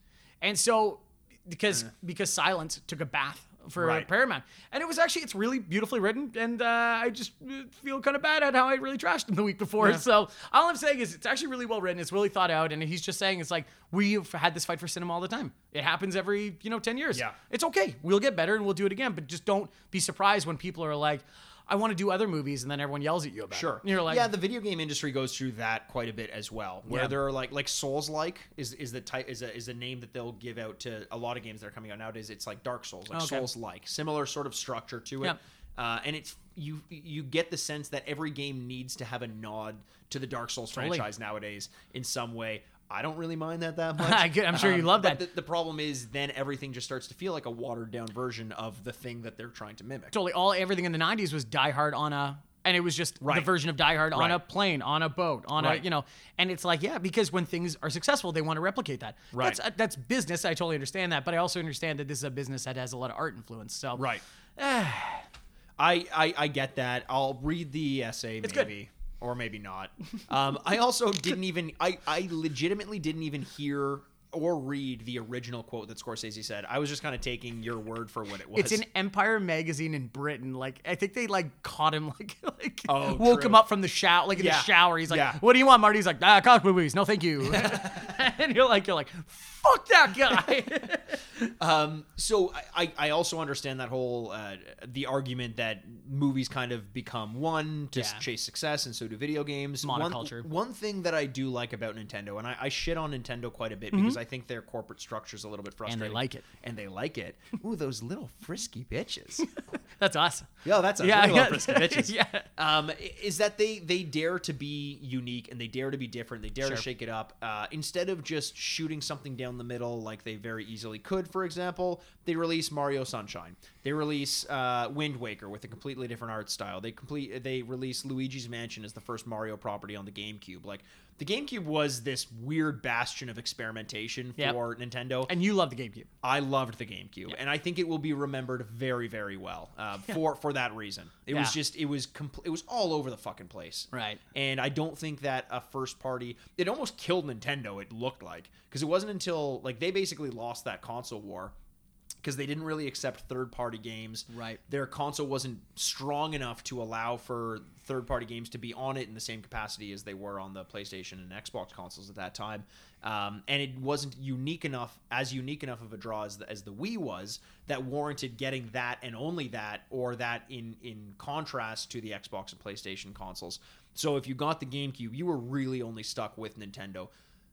and so because because Silence took a bath for
Mm-hmm. Right.
Paramount. And it was actually it's really beautifully written, and uh, I just uh, feel kind of bad at how I really trashed him the week before. So all I'm saying is it's actually really well written. It's really thought out, and he's just saying it's like we've had this fight for cinema all the time. It happens every you know ten years.
Yeah.
it's okay. We'll get better and we'll do it again. But just don't be surprised when people are like. I want to do other movies, and then everyone yells at you about it.
Sure.
And you're like,
yeah, the video game industry goes through that quite a bit as well, where
Yeah.
there are like like Souls like is is the type is a is a name that they'll give out to a lot of games that are coming out nowadays. It's like Dark Souls, like
Okay.
Souls like, similar sort of structure to it,
Yeah.
uh, and it's you you get the sense that every game needs to have a nod to the Dark Souls
Totally.
franchise nowadays in some way. I don't really mind that that much. Um,
I get- I'm sure you love
but
that.
The, the problem is then everything just starts to feel like a watered down version of the thing that they're trying to mimic.
totally all everything in the 90s was Die Hard on a and it was just the
Right.
version of Die Hard on a
Right.
plane, on a boat, on
Right.
a you know, and it's like yeah, because when things are successful, they want to replicate that.
Right.
That's, that's business. I totally understand that, but I also understand that this is a business that has a lot of art influence. So
Right. I, I I get that. I'll read the essay maybe
good.
or maybe not. Um, I also didn't even I I legitimately didn't even hear or read the original quote that Scorsese said. I was just kind of taking your word for what it was.
It's in Empire magazine in Britain. Like I think they like caught him like like
Oh,
woke
true.
him up from the shower like in the
Yeah.
shower. He's like,
Yeah.
"What do you want, Marty?" He's like, "Ah, comic book movies. No, thank you." and you're like, you're like, "Fuck that guy."
Um, so I, I I also understand that whole uh, the argument that movies kind of become one to s-
Yeah.
chase success, and so do video games.
Monoculture.
One, one thing that I do like about Nintendo, and I, I shit on Nintendo quite a bit because I think their corporate structure is a little bit frustrating.
Mm-hmm. like it.
and they like it. Ooh, those little frisky bitches.
That's us.
Yo, that's us.
Yeah,
Yeah,
yeah.
frisky bitches.
Yeah.
Um, i- is that they they dare to be unique and they dare to be different. They dare
Sure.
to shake it up uh, instead of just shooting something down the middle like they very easily could. For example, they release Mario Sunshine. They release uh, Wind Waker with a completely different art style. They complete they release Luigi's Mansion as the first Mario property on the GameCube. Like the GameCube was this weird bastion of experimentation
Yep.
for Nintendo.
And you love the GameCube.
I loved the GameCube, and I think it will be remembered very, very well uh, for for that reason. It was
Yeah.
just it was compl- it was all over the fucking place,
Right.
And I don't think that a first party it almost killed Nintendo. It looked like because it wasn't until like they basically lost that console war because they didn't really accept third party games.
Right.
Their console wasn't strong enough to allow for third party games to be on it in the same capacity as they were on the PlayStation and Xbox consoles at that time. Um, and it wasn't unique enough, as unique enough of a draw as the, as the Wii was, that warranted getting that and only that, or that in, in contrast to the Xbox and PlayStation consoles. So if you got the GameCube, you were really only stuck with Nintendo.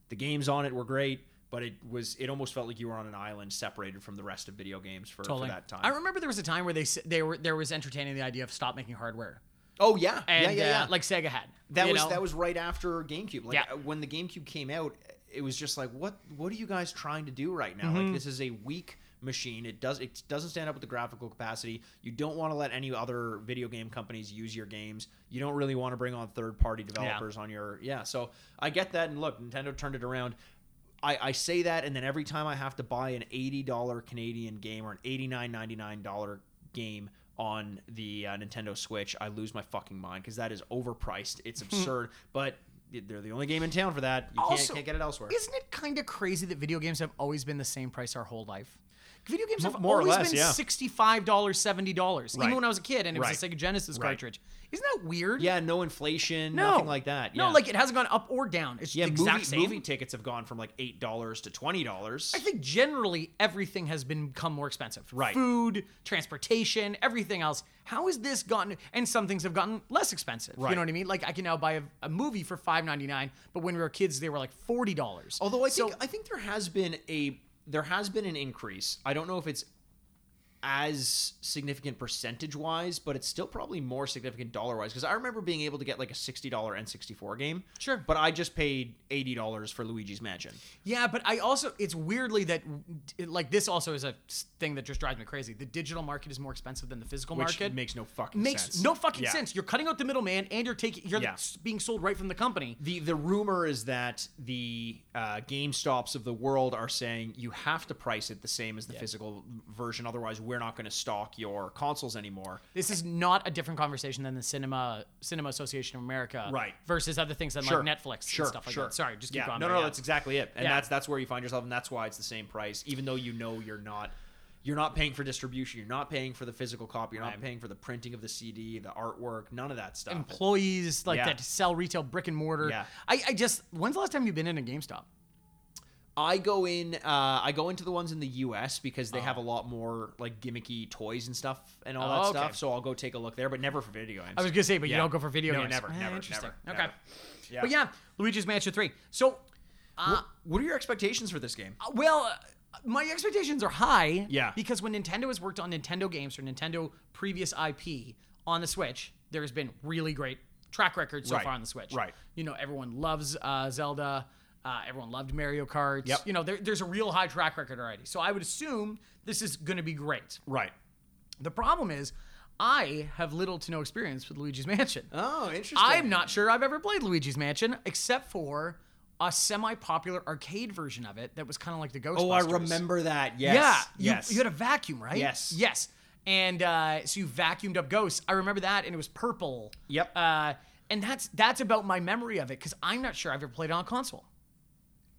The games on it were great. But it was it almost felt like you were on an island separated from the rest of video games for, for
Totally.
that time.
I remember there was a time where they s- they were there was entertaining the idea of stop making hardware.
Oh yeah,
And,
yeah, yeah, yeah.
Uh, like Sega had.
that
you
was
know?
that was right after GameCube. Like
Yeah.
uh, when the GameCube came out, it was just like, what what are you guys trying to do right now?
Mm-hmm.
Like this is a weak machine. It does it doesn't stand up with the graphical capacity. You don't want to let any other video game companies use your games. You don't really want to bring on third party developers on your yeah. So I get that. And look, Nintendo turned it around. I, I say that, and then every time I have to buy an eighty dollar Canadian game or an eighty nine ninety nine dollar game on the uh, Nintendo Switch, I lose my fucking mind because that is overpriced.
Hmm.
It's absurd, but they're the only game in town for that. You
Also-
can't, can't get it elsewhere.
Isn't it kind of crazy that video games have always been the same price our whole life? Video games have
more or
always
less,
been
yeah.
sixty-five dollars, seventy dollars, even
Right.
when I was a kid, and it was a
Right.
Sega Genesis
Right.
cartridge. Isn't that weird?
Yeah, no inflation,
no,
nothing like that. Yeah.
No, like it hasn't gone up or down. It's
yeah,
the
movie,
exact same.
movie tickets have gone from like eight dollars to twenty dollars.
I think generally everything has been become more expensive.
Right.
Food, transportation, everything else. How has this gotten? And some things have gotten less expensive. You
Right.
know what I mean? Like I can now buy a, a movie for five ninety nine, but when we were kids, they were like forty dollars.
Although I think I think there has been a there has been an increase. I don't know if it's as significant percentage wise, but it's still probably more significant dollar wise. Because I remember being able to get like a sixty dollar N sixty four game.
Sure.
But I just paid eighty dollars for Luigi's Mansion.
Yeah, but I also it's weirdly that like this also is a thing that just drives me crazy. The digital market is more expensive than the physical
Which
market.
makes no fucking
Makes
sense.
no fucking
Yeah.
sense. You're cutting out the middleman, and you're taking you're
Yeah.
being sold right from the company.
The the rumor is that the uh, GameStops of the world are saying you have to price it the same as the physical version, otherwise we're not going to stock your consoles anymore.
This is not a different conversation than the cinema cinema association of America,
Right.
Versus other things that
Sure.
like Netflix
sure,
and stuff like
sure.
that. Sorry, just keep
yeah.
going.
No,
but
no,
yeah.
that's exactly it, and
Yeah.
that's that's where you find yourself, and that's why it's the same price, even though you know you're not. You're not paying for distribution. You're not paying for the physical copy. You're not
Right.
paying for the printing of the CD, the artwork, none of that stuff.
Employees like
Yeah.
that sell retail brick and mortar.
Yeah.
I, I just when's the last time you've been in a GameStop?
I go in. Uh, I go into the ones in the U.S. because they have a lot more like gimmicky toys and stuff and all that
Ah. Oh, okay.
stuff. So I'll go take a look there, but never for video games.
I was gonna say, but you
Yeah.
don't go for video
No,
games.
never,
Ah,
never,
interesting.
never,
Okay.
never. Yeah.
But yeah, Luigi's Mansion Three. So, uh,
What- what are your expectations for this game?
Uh, Well, uh, my expectations are high.
Yeah.
Because when Nintendo has worked on Nintendo games or Nintendo previous IP on the Switch, there has been really great track record so
Right.
far on the Switch.
Right.
You know, everyone loves uh, Zelda. Uh, everyone loved Mario Kart.
Yep.
You know, there, there's a real high track record already. So I would assume this is going to be great.
Right.
The problem is, I have little to no experience with Luigi's Mansion.
Oh, interesting.
I'm not sure I've ever played Luigi's Mansion except for a semi-popular arcade version of it that was kind of like the Ghostbusters.
Oh, I remember that. Yes.
Yeah. you-
Yes.
You, had a vacuum, right?
Yes.
Yes. And uh, so you vacuumed up ghosts. I remember that, and it was purple.
Yep.
Uh, and that's that's about my memory of it because I'm not sure I've ever played it on a console,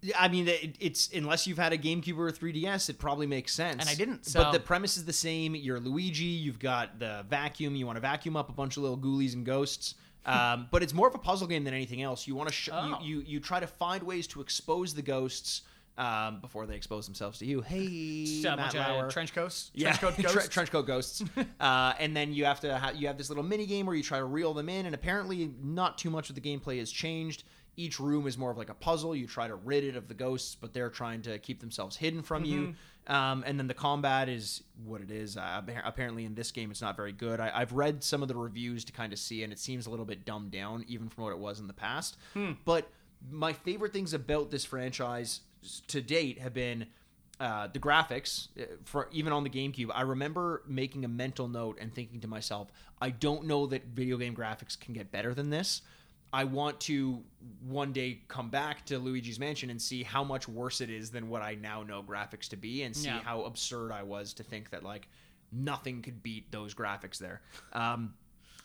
Yeah, I mean, it, it's unless you've had a GameCube or a 3DS, it probably makes sense.
And I didn't, so-
But the premise is the same. You're Luigi. You've got the vacuum. You want to vacuum up a bunch of little ghoulies and ghosts. Um, but it's more of a puzzle game than anything else. You want to sh-
Oh.
you, you you try to find ways to expose the ghosts um, before they expose themselves to you. Hey,
Just a
Matt
bunch of
Lauer.
uh, trench coats,
Yeah,
trench coat
tre-
ghosts.
trench coat ghosts. uh, and then you have to ha- you have this little mini game where you try to reel them in, and apparently not too much of the gameplay has changed. Each room is more of like a puzzle. You try to rid it of the ghosts, but they're trying to keep themselves hidden from you.
Mm-hmm.
Um, and then the combat is what it is. Uh, appa- apparently, in this game, it's not very good. I, I've read some of the reviews to kind of see, and it seems a little bit dumbed down, even from what it was in the past.
Hmm.
But my favorite things about this franchise s- to date have been uh, the graphics uh, for even on the GameCube, I remember making a mental note and thinking to myself, I don't know that video game graphics can get better than this. I want to one day come back to Luigi's Mansion and see how much worse it is than what I now know graphics to be, and see
Yeah.
how absurd I was to think that like nothing could beat those graphics there. Um,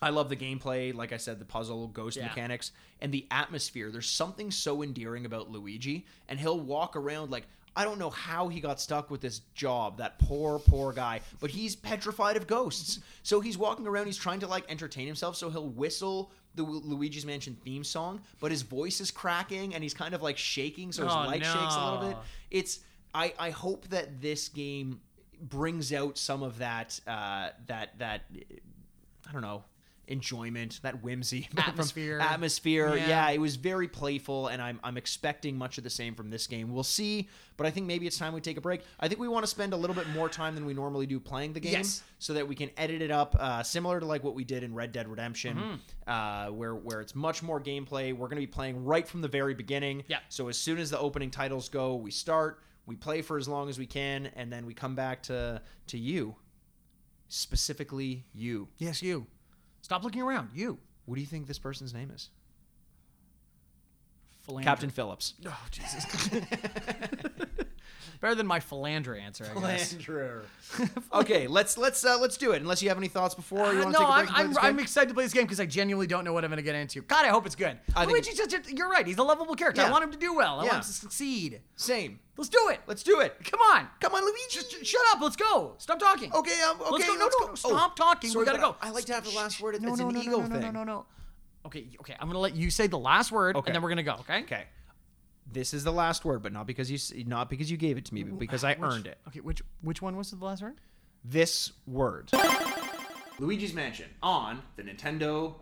I love the gameplay, like I said, the puzzle, ghost
Yeah.
mechanic mechanics and the atmosphere. There's something so endearing about Luigi, and he'll walk around like I don't know how he got stuck with this job, that poor, poor guy, but he's petrified of ghosts. So he's walking around, he's trying to like entertain himself, so he'll whistle the Lu- Luigi's Mansion theme song, but his voice is cracking and he's kind of like shaking, so his
Oh,
leg shakes a little bit.
no.
It's I, I hope that this game brings out some of that uh, that that I don't know enjoyment, that whimsy from-
Atmosphere.
atmosphere.
Yeah.
Yeah. it was very playful, and I'm I'm expecting much of the same from this game. We'll see, but I think maybe it's time we take a break. I think we want to spend a little bit more time than we normally do playing the game,
Yes.
so that we can edit it up, uh, similar to like what we did in Red Dead Redemption,
Mm-hmm.
uh, where where it's much more gameplay. We're going to be playing right from the very beginning.
Yeah.
So as soon as the opening titles go, we start. We play for as long as we can, and then we come back to to you, specifically you.
yes, you. Stop looking around. You,
What do you think this person's name is?
Philander.
Captain Phillips.
Oh Jesus. Better than my philander answer, I guess.
Philanderer. okay, let's let's uh, let's do it. Unless you have any thoughts before, you
Uh,
want to take
no,
a break.
I'm,
and play
I'm,
this
I'm
game?
excited to play this game because I genuinely don't know what I'm going to get into. God, I hope it's good.
I think
Luigi, just, you're right. He's a lovable character. I
Yeah.
want him to do well. I
Yeah.
want him to succeed.
Same.
Let's do it.
Let's do it.
Come on.
Come on, Luigi.
Just, just shut up. Let's go. Stop talking.
okay, um, okay.
Let's go. No,
let's
no,
go.
no.
Oh,
Stop talking.
sorry,
we gotta
but
go.
I I like to have the last word.
No,
it's
no,
an
no,
ego
no, no,
thing.
no, no, no, no. Okay, okay. I'm gonna let you say the last word,
Okay.
and then we're gonna go. Okay.
Okay. This is the last word, but not because you s- not because you gave it to me, but because I
Which-
earned it.
Okay. Which which one was the last word?
This word. Luigi's Mansion on the Nintendo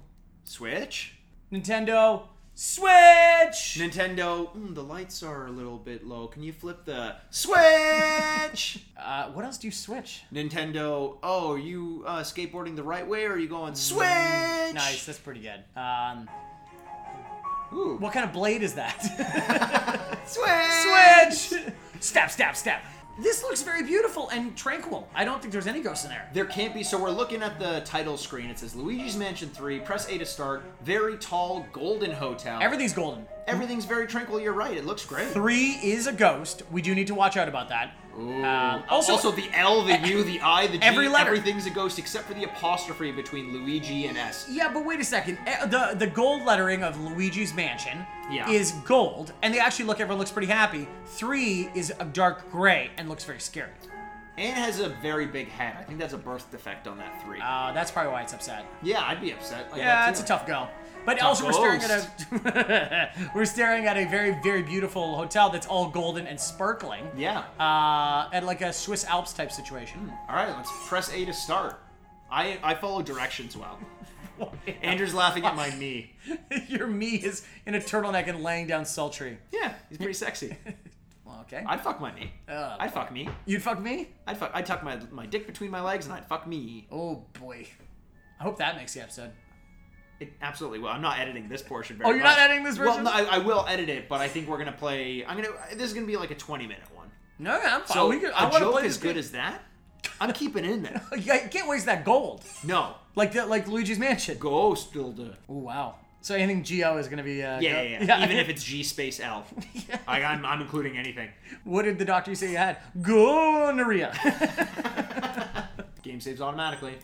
Switch.
Nintendo Switch.
Nintendo, mm, the lights are a little bit low. Can you flip the Switch?
Uh, what else do you switch?
Nintendo, oh, are you uh, skateboarding the right way or are you going switch?
Nice. That's pretty good. Um,
Ooh.
what kind of blade is that?
Switch!
Switch! Step, step, step. This looks very beautiful and tranquil. I don't think there's any ghosts in there.
There can't be, so we're looking at the title screen. It says Luigi's Mansion 3, press A to start, very tall, golden hotel.
Everything's golden.
Everything's very tranquil, you're right. It looks great.
Three is a ghost. We do need to watch out about that. Um, also,
the L, the U, the I, the G,
Every letter.
everything's a ghost except for the apostrophe between Luigi and S.
yeah, but wait a second. Eh, The the gold lettering of Luigi's Mansion
Yeah.
is gold, and they actually look. Everyone looks pretty happy. Three is a dark gray and looks very scary.
Anne has a very big head. I think that's a birth defect on that three.
Uh, that's probably why it's upset.
yeah, I'd be upset. Like
Yeah,
that
it's a
too.
tough go. But also, we're staring
goes.
at a we're staring at a very very beautiful hotel that's all golden and sparkling.
Yeah.
Uh, and like a Swiss Alps type situation.
All right, let's press A to start. I I follow directions well. Andrew's laughing at my knee.
Your me is in a turtleneck and laying down sultry.
Yeah, he's pretty sexy.
Well, okay.
I'd fuck my knee.
Uh,
I'd fuck me.
You'd fuck me?
I'd fuck. I'd tuck my my dick between my legs and I'd fuck me.
Oh boy. I hope that makes the episode.
It absolutely will. I'm not editing this portion. Very
Oh, you're not
much.
editing this
Well,
version?
no, I, I will edit it, but I think we're gonna play. I'm gonna. This is gonna be like a 20 minute one.
No, no, I'm fine.
So
Oh, we could,
a
I want to
joke
play
as
this
good
game.
as that. I'm keeping it in there.
Yeah, you can't waste that gold.
No,
Like the, like Luigi's Mansion.
ghost builder.
Oh wow. So anything Geo is gonna be. Uh,
Yeah,
go-
yeah, yeah. Even if it's G space L,
Yeah.
I, I'm I'm including anything.
What did the doctor say you had? Gonorrhea.
Game saves automatically.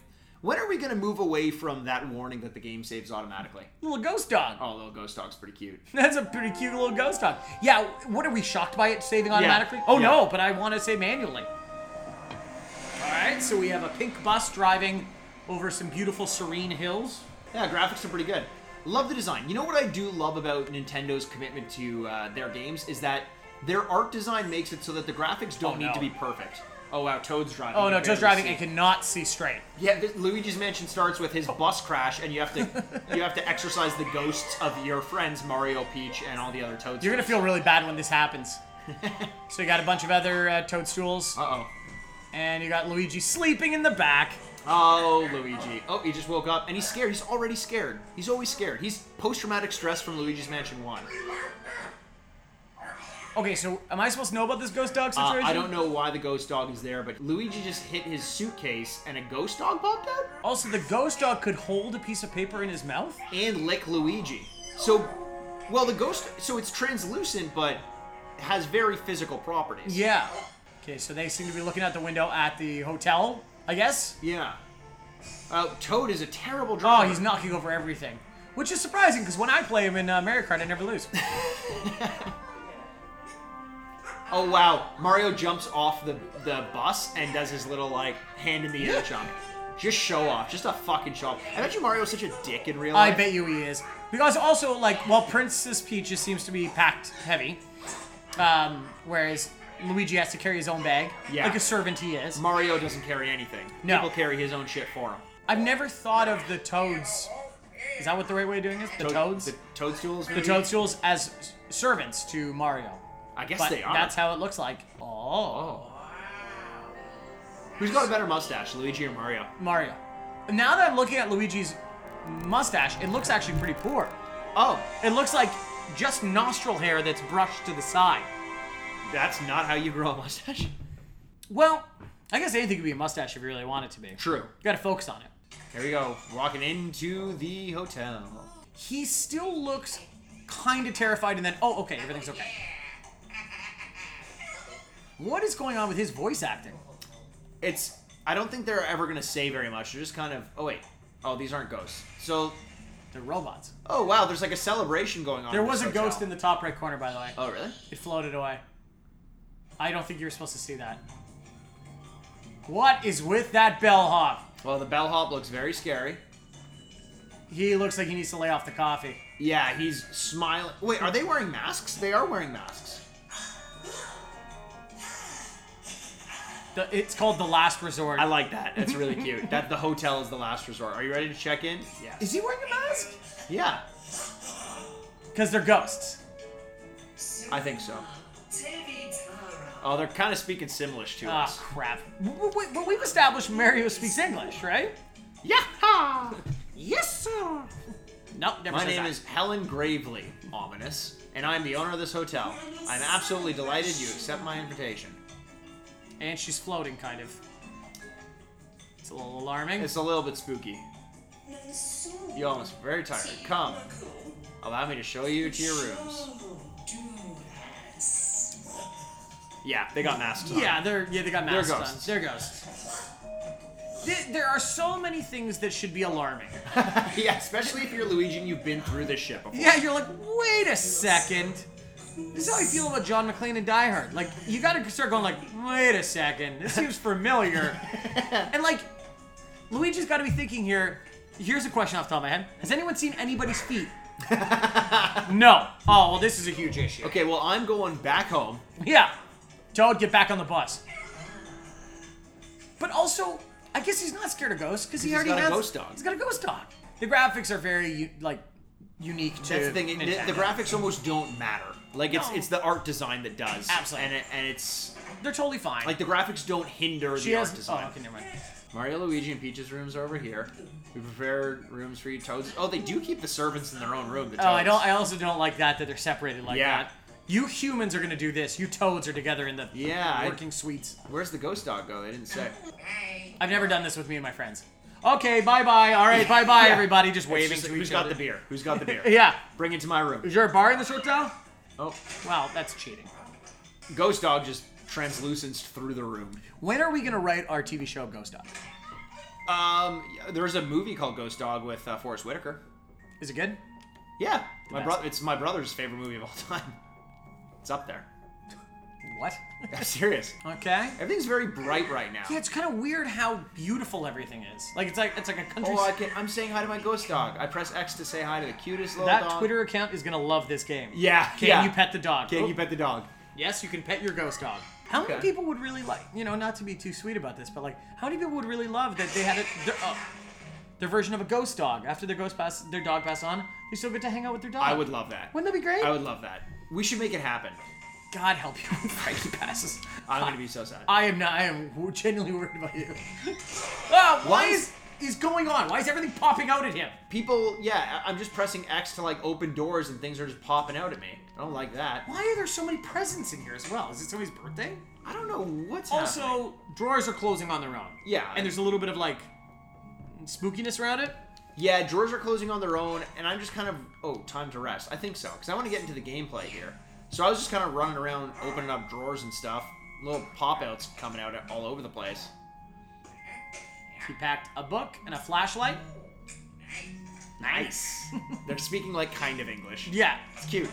When are we gonna move away from that warning that the game saves automatically?
little ghost dog.
Oh, little ghost dog's pretty cute.
That's a pretty cute little ghost dog. Yeah. What are we shocked by it saving automatically? Oh
Yeah.
no, but I want to say manually. All right. So we have a pink bus driving over some beautiful serene hills.
Yeah, graphics are pretty good. Love the design. You know what I do love about Nintendo's commitment to uh, their games is that their art design makes it so that the graphics don't
Oh,
need
no.
to be perfect. Oh wow, Toad's driving.
Oh
You
no,
can
Joe's
barely
driving
see.
and cannot see straight.
Yeah, th- Luigi's Mansion starts with his bus crash, and you have to you have to exercise the ghosts of your friends Mario, Peach, and all the other Toads.
You're gonna feel really bad when this happens. so you got a bunch of other uh, toadstools,
Uh oh.
and you got Luigi sleeping in the back.
Oh, Luigi. Oh, he just woke up and he's scared. He's already scared. He's always scared. He's post traumatic stress from Luigi's Mansion 1.
Okay, so am I supposed to know about this ghost dog
Uh,
situation?
I don't know why the ghost dog is there, but Luigi just hit his suitcase and a ghost dog popped out
Also, the ghost dog could hold a piece of paper in his mouth.
and lick Luigi. So, well, the ghost. So it's translucent, but has very physical properties.
Yeah. Okay, so they seem to be looking out the window at the hotel, I guess.
Yeah. Uh, Toad is a terrible
Oh,
driver.
he's knocking over everything, which is surprising because when I play him in uh, Mario Kart, I never lose.
Oh wow! Mario jumps off the the bus and does his little like hand in the air jump. Just show off. Just a fucking show off. I bet you Mario's such a dick in real
I
life.
bet you he is. Because also, like, while Princess Peach just seems to be packed heavy, um, whereas Luigi has to carry his own bag,
Yeah.
like a servant he is.
Mario doesn't carry anything.
No.
People carry his own shit for him.
I've never thought of the toads. Is that what the right way of doing is? The toads?
The
The,
toadstools.
the
maybe?
toadstools as s- servants to Mario.
I guess
But
they are.
that's how it looks like. Oh.
Who's got a better mustache, Luigi or Mario?
Mario. Now that I'm looking at Luigi's mustache, it looks actually pretty poor.
Oh,
It looks like just nostril hair that's brushed to the side.
that's not how you grow a mustache.
Well, I guess anything could be a mustache if you really want it to be. You
True.
gotta focus on it.
Here we go. Walking into the hotel.
He still looks kind of terrified, and then, oh, okay, everything's okay. What is going on with his voice acting?
it's I don't think they're ever gonna say very much. They're just kind of oh wait, oh these aren't ghosts. So
They're robots.
oh wow, there's like a celebration going on.
There was a ghost in the top right corner, by the way.
Oh really?
It floated away. I don't think you were supposed to see that. What is with that bellhop?
Well, the bellhop looks very scary.
He looks like he needs to lay off the coffee.
Yeah, he's smiling. Wait, are they wearing masks? They are wearing masks.
The, it's called the last resort.
I like that. That's really cute. That the hotel is the last resort. Are you ready to check in? Yeah.
is he wearing a mask?
Yeah,
Because they're ghosts.
I think so. Oh, they're kind of speaking Simlish to
Ah,
us.
crap. W- w- w- But we've established Mario speaks English, right?
Yeah.
Yes, sir. No, never
My
says
name
that.
is Helen Gravely, ominous, and I'm the owner of this hotel. I'm absolutely delighted you accept my invitation.
And she's floating, kind of. It's a little alarming.
It's a little bit spooky. You almost very tired. Come, allow me to show you to your rooms. Yeah, they got masks on.
yeah, they're yeah they got masks
ghosts.
on. They're ghosts. There, there are so many things that should be alarming.
yeah, especially if you're Luigi and you've been through this shit before.
Yeah, you're like, wait a second. This is how I feel about John McClane and Die Hard. Like, you gotta start going like, wait a second, this seems familiar. and like, Luigi's gotta be thinking here. Here's a question off the top of my head: Has anyone seen anybody's feet? no. Oh well, this is a huge issue.
Okay, well, I'm going back home.
Yeah. Toad, get back on the bus. But also, I guess he's not scared of ghosts because he
he's
already
got a
has,
ghost dog.
He's got a ghost dog. The graphics are very u- like unique to.
That's the thing. it-
Nintendo.
The, the graphics almost don't matter. Like it's
No.
it's the art design that does.
Absolutely.
And it, and it's
They're totally fine.
like the graphics don't hinder
she
the
has.
art
Oh,
design.
okay, never mind.
Mario, Luigi, and Peach's rooms are over here. We prepared rooms for you, Toads. Oh, they do keep the servants in their own room. The toads.
Oh, I don't. I also don't like that that they're separated like
Yeah.
that. You humans are gonna do this. You toads are together in the
Yeah, I-
working suites.
Where's the ghost dog go? They didn't say.
I've never done this with me and my friends. Okay, bye bye. All right, bye bye,
Yeah.
everybody. Just
It's
waving
just,
to
who's
each
got
other.
the beer? Who's got the beer?
Yeah.
Bring it to my room.
Is there a bar in this hotel?
Oh,
Wow, that's cheating.
ghost dog just translucents through the room.
When are we gonna write our TV show Ghost Dog?
Um, there was a movie called Ghost Dog with uh, Forrest Whitaker.
Is it good?
Yeah, my
best.
brother. It's my brother's favorite movie of all time. It's up there.
What?
I'm serious.
Okay.
Everything's very bright right now.
Yeah, it's kind of weird how beautiful everything is. Like it's like it's like a country.
Oh, I can, I'm saying hi to my ghost dog. I press X to say hi to the cutest little
that
dog.
Twitter account is gonna love this game.
Yeah.
Can
yeah.
you pet the dog?
Can
Oh,
you pet the dog?
Yes, you can pet your ghost dog. How many
Okay.
people would really like? You know, not to be too sweet about this, but like, how many people would really love that they had it? Their, oh, their version of a ghost dog. After their ghost pass, their dog pass on, they still get to hang out with their dog.
I would love that.
Wouldn't that be great?
I would love that. We should make it happen.
God help you when Frankie passes.
I'm gonna be so sad.
I am not. I am genuinely worried about you. Ah,
Why
why is
is-
is going on? Why is everything popping out at him?
People, yeah, I- I'm just pressing X to like open doors and things are just popping out at me. I don't like that.
Why are there so many presents in here as well? Is it somebody's birthday?
I don't know what's
Also,
happening.
drawers are closing on their own.
Yeah.
and there's a little bit of like spookiness around it.
Yeah, drawers are closing on their own, and I'm just kind of oh, time to rest. I think so because I want to get into the gameplay here. So I was just kind of running around, opening up drawers and stuff. Little pop outs coming out all over the place.
She packed a book and a flashlight.
Nice. They're speaking like kind of English.
Yeah,
It's cute.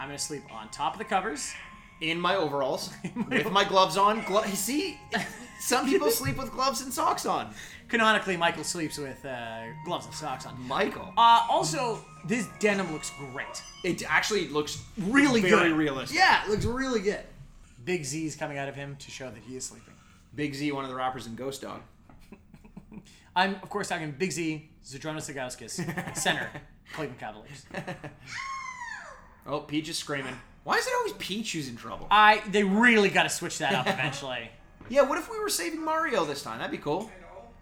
I'm gonna sleep on top of the covers.
In my overalls, with my gloves on. Glo- See, some people sleep with gloves and socks on.
Canonically, Michael sleeps with uh, gloves and socks on.
Michael,
Uh, also, this denim looks great.
it actually looks
Really good.
very realistic.
Yeah, it looks really good. Big Z's coming out of him to show that he is sleeping.
Big Z, one of the rappers in Ghost Dog.
I'm, of course, talking Big Z, Zadronis Agauskas, center, Cleveland Cavaliers.
Oh, Peach is screaming. Why is it always Peach who's in trouble?
I, they really got to switch that up eventually.
Yeah, what if we were saving Mario this time? That'd be cool.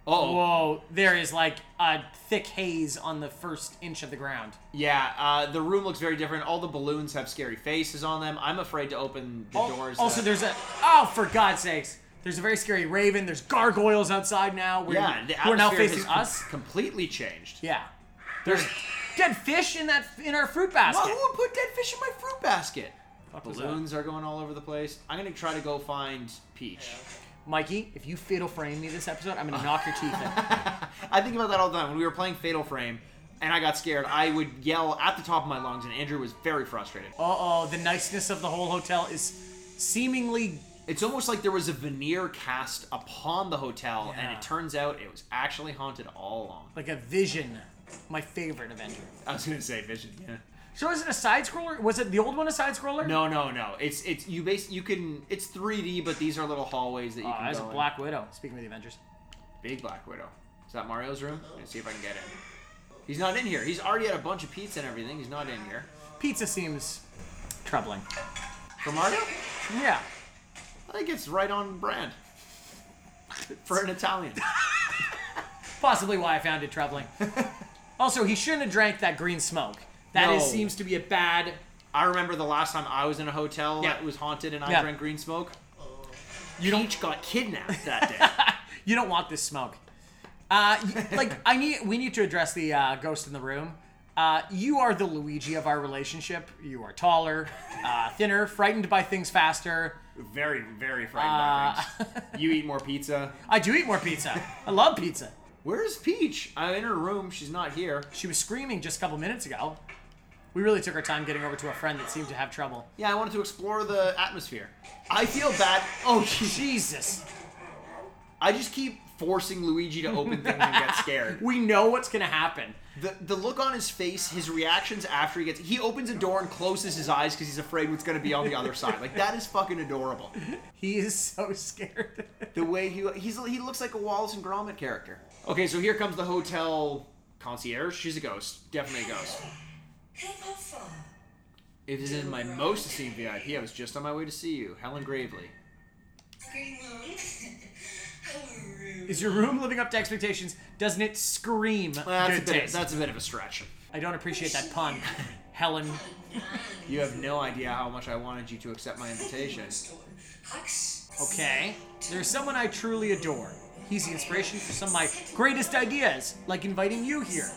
Oh,
Whoa, there is like a thick haze on the first inch of the ground.
yeah. Uh, the room looks very different. All the balloons have scary faces on them. I'm afraid to open the
Al-
doors.
also,
that-
oh, there's a oh, for God's sakes, there's a very scary raven. There's gargoyles outside now. We're,
yeah. The
we're now
atmosphere
facing
has
us.
com- completely changed.
Yeah, there's dead fish in that in our fruit basket.
Well, who would put dead fish in my fruit basket?
Fuck was that?
Balloons are going all over the place. I'm gonna try to go find Peach.
Mikey, if you fatal frame me this episode, I'm gonna knock your teeth in.
I think about that all the time. When we were playing Fatal Frame, and I got scared, I would yell at the top of my lungs, and Andrew was very frustrated.
Uh oh, the niceness of the whole hotel is seemingly
It's almost like there was a veneer cast upon the hotel, and
Yeah.
it turns out it was actually haunted all along.
like a vision. My favorite Avenger.
I was gonna say Vision. Yeah.
So is it a side scroller? Was it the old one a side scroller?
No, no, no. It's it's you base you can it's 3D, but these are little hallways that you
Oh,
can
as a
go in.
Black Widow. Speaking of the Avengers.
big Black Widow. Is that Mario's room? Let's see if I can get in. He's not in here. He's already had a bunch of pizza and everything. He's not in here.
Pizza seems troubling.
For Mario,
Yeah.
I think it's right on brand for an Italian.
Possibly why I found it troubling. also, he shouldn't have drank that green smoke. That is
No.
seems to be a bad.
I remember the last time I was in a hotel
Yeah.
that was haunted and I
Yeah.
drank green smoke. You Peach got kidnapped that day.
You don't want this smoke. Uh, y- like I need, we need to address the uh, ghost in the room. Uh, you are the Luigi of our relationship. You are taller, uh, thinner, frightened by things faster.
very, very frightened
Uh.
by things. You eat more pizza.
I do eat more pizza. I love pizza.
Where's Peach? I'm in her room. She's not here.
She was screaming just a couple minutes ago. We really took our time getting over to a friend that seemed to have trouble.
Yeah, I wanted to explore the atmosphere. I feel bad.
Oh, Jesus.
I just keep forcing Luigi to open things and get scared.
We know what's going to happen.
The the look on his face, his reactions after he gets he opens a door and closes his eyes because he's afraid what's going to be on the other side. Like that is fucking adorable.
He is so scared.
The way he he's he looks like a Wallace and Gromit character. Okay, so here comes the hotel concierge. She's a ghost, definitely a ghost. If this is my most esteemed VIP, I was just on my way to see you, Helen Gravely.
is your room living up to expectations? Doesn't it scream
That's
good
a bit.
taste?
that's a bit of a stretch.
I don't appreciate that pun. Helen,
You have no idea how much I wanted you to accept my invitation.
okay. There's someone I truly adore. He's the inspiration for some of my greatest ideas, like inviting you here.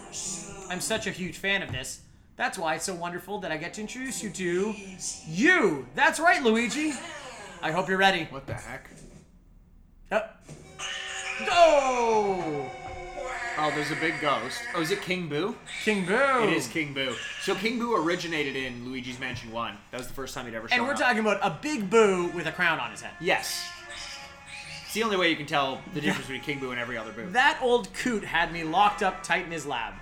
I'm such a huge fan of this. That's why it's so wonderful that I get to introduce you to you. That's right, Luigi. I hope you're ready.
What the heck?
Uh, oh!
Oh, there's a big ghost. Oh, is it King Boo?
King Boo.
It is King Boo. So King Boo originated in Luigi's Mansion 1. That was the first time he'd ever shown
And we're
up.
talking about a big boo with a crown on his head.
Yes. It's the only way you can tell the difference between King Boo and every other Boo. That,
That old coot had me locked up tight in his lab.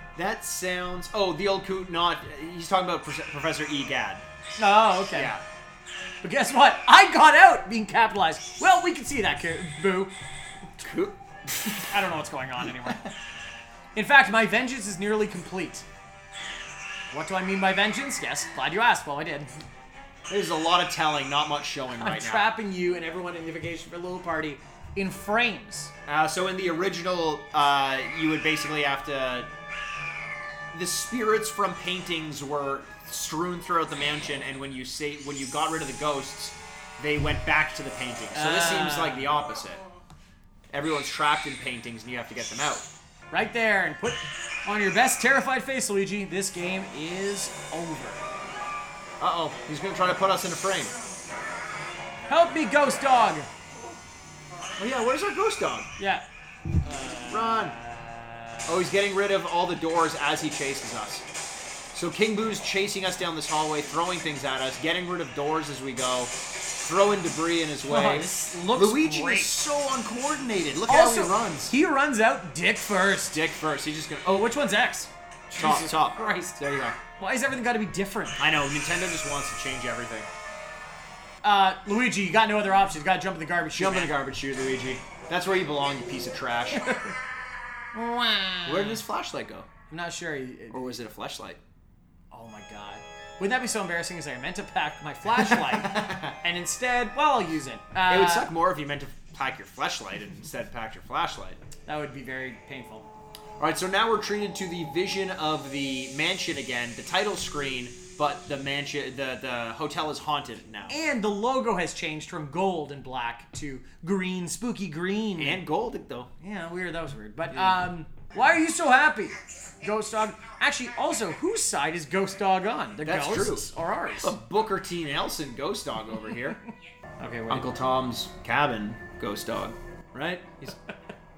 sounds. Oh, the old coot, not. He's talking about Prof- Professor E. Gad.
Oh, okay.
Yeah.
But guess what? I got out being capitalized. Well, we can see that, coot. Boo.
Coot?
I don't know what's going on anymore. In fact, my vengeance is nearly complete. What do I mean by vengeance? Yes, glad you asked. Well, I did.
There's a lot of telling, not much showing
I'm
right
trapping you and everyone in the Vacation for Little Party in frames.
now. Uh, so in the original, uh, you would basically have to. The spirits from paintings were strewn throughout the mansion, and when you say when you got rid of the ghosts, they went back to the paintings. So this seems
Ah.
like the opposite. Everyone's trapped in paintings, and you have to get them out.
Right there and put on your best terrified face, Luigi. This game is over.
Uh oh, he's gonna try to put us in a frame.
Help me, ghost dog!
Oh yeah, where's our ghost dog?
Yeah.
Run! Oh, he's getting rid of all the doors as he chases us. So King Boo's chasing us down this hallway, throwing things at us, getting rid of doors as we go, throwing debris in his way.
Oh, this looks
Luigi
great.
is so uncoordinated. Look
Also,
how he runs.
He runs out dick first.
Dick first. He's just gonna.
Oh, which one's X?
top,
Jesus
top.
Christ.
There you are.
Why has everything got to be different?
I know. Nintendo just wants to change everything.
Uh, Luigi, you got no other options. You got to jump in the garbage.
Jump in a garbage chute, Luigi. That's where you belong, you piece of trash.
Wow.
where did his flashlight go?
I'm not sure. he-
Or was it a flashlight?
Oh my god. Wouldn't that be so embarrassing? Is I meant to pack my flashlight, and instead, well, I'll use it. Uh,
It would suck more if you meant to pack your flashlight and instead packed your flashlight.
That would be very painful.
All right, so now we're treated to the vision of the mansion again, the title screen, but the mansion, the the hotel is haunted now,
And the logo has changed from gold and black to green, spooky green.
and gold though.
yeah, weird. That was weird. But um, why are you so happy, Ghost Dog? Actually, also, whose side is Ghost Dog on? The
That's Um,
ghosts or ours?
A Booker T. Nelson ghost dog over here,
Okay, wait.
Uncle Tom's cabin ghost dog, right? He's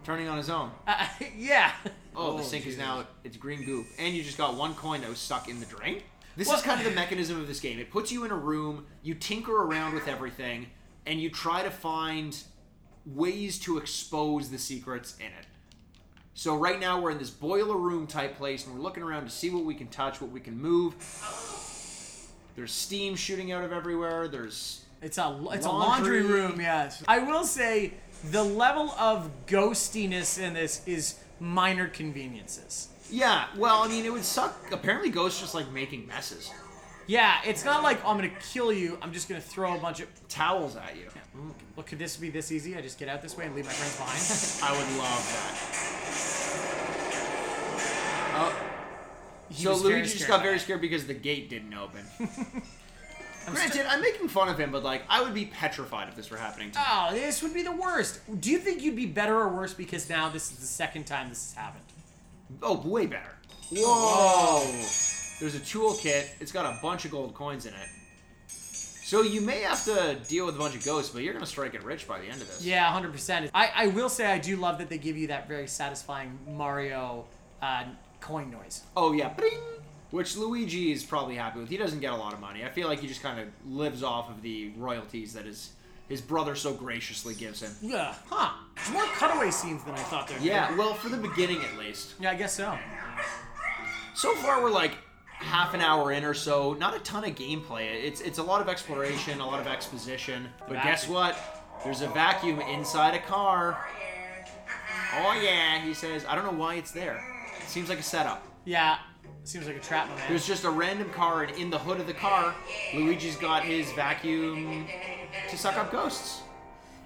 turning on his own.
Uh, yeah.
Oh, the sink is now it's green goop, and you just got one coin that was stuck in the drain. This
Well-
is kind of the mechanism of this game. It puts you in a room, you tinker around with everything, and you try to find ways to expose the secrets in it. So right now we're in this boiler room type place, and we're looking around to see what we can touch, what we can move. There's steam shooting out of everywhere. There's
It's a it's a
Laundry.
laundry room, yes. I will say the level of ghostiness in this is minor conveniences.
yeah. Well, I mean, it would suck. Apparently, ghosts just like making messes,
Yeah, it's not like I'm gonna kill you. I'm just gonna throw a bunch of.
towels at you.
Well, could this be this easy? I just get out this way and leave my friends
I
behind.
would love that. Oh,
He
so
was very
Luigi just
scared
got
by
very
it.
scared because the gate didn't open. Granted,
st-
I'm making fun of him, but like, I would be petrified if this were happening to me.
Oh, this would be the worst. Do you think you'd be better or worse because now this is the second time this has happened?
Oh, way better. Whoa! There's a toolkit. It's got a bunch of gold coins in it. So you may have to deal with a bunch of ghosts, but you're gonna strike it rich by the end of this.
Yeah, 100%. I, I will say I do love that they give you that very satisfying Mario uh, coin noise.
Oh yeah. Bling. Which Luigi is probably happy with. He doesn't get a lot of money. I feel like he just kind of lives off of the royalties that his his brother so graciously gives him.
Yeah.
Huh.
There's more cutaway scenes than I thought there. would
Yeah,
be.
well, for the beginning at least.
Yeah, I guess so.
So far, we're like half an hour in or so. Not a ton of gameplay. It's it's a lot of exploration, a lot of exposition. But guess
Vacuum.
what? There's a vacuum inside a car. Oh yeah, he says. I don't know why it's there. Seems like a setup.
Yeah. Seems like a trap, my man.
There's just a random car, and in the hood of the car, Luigi's got his vacuum to suck up ghosts.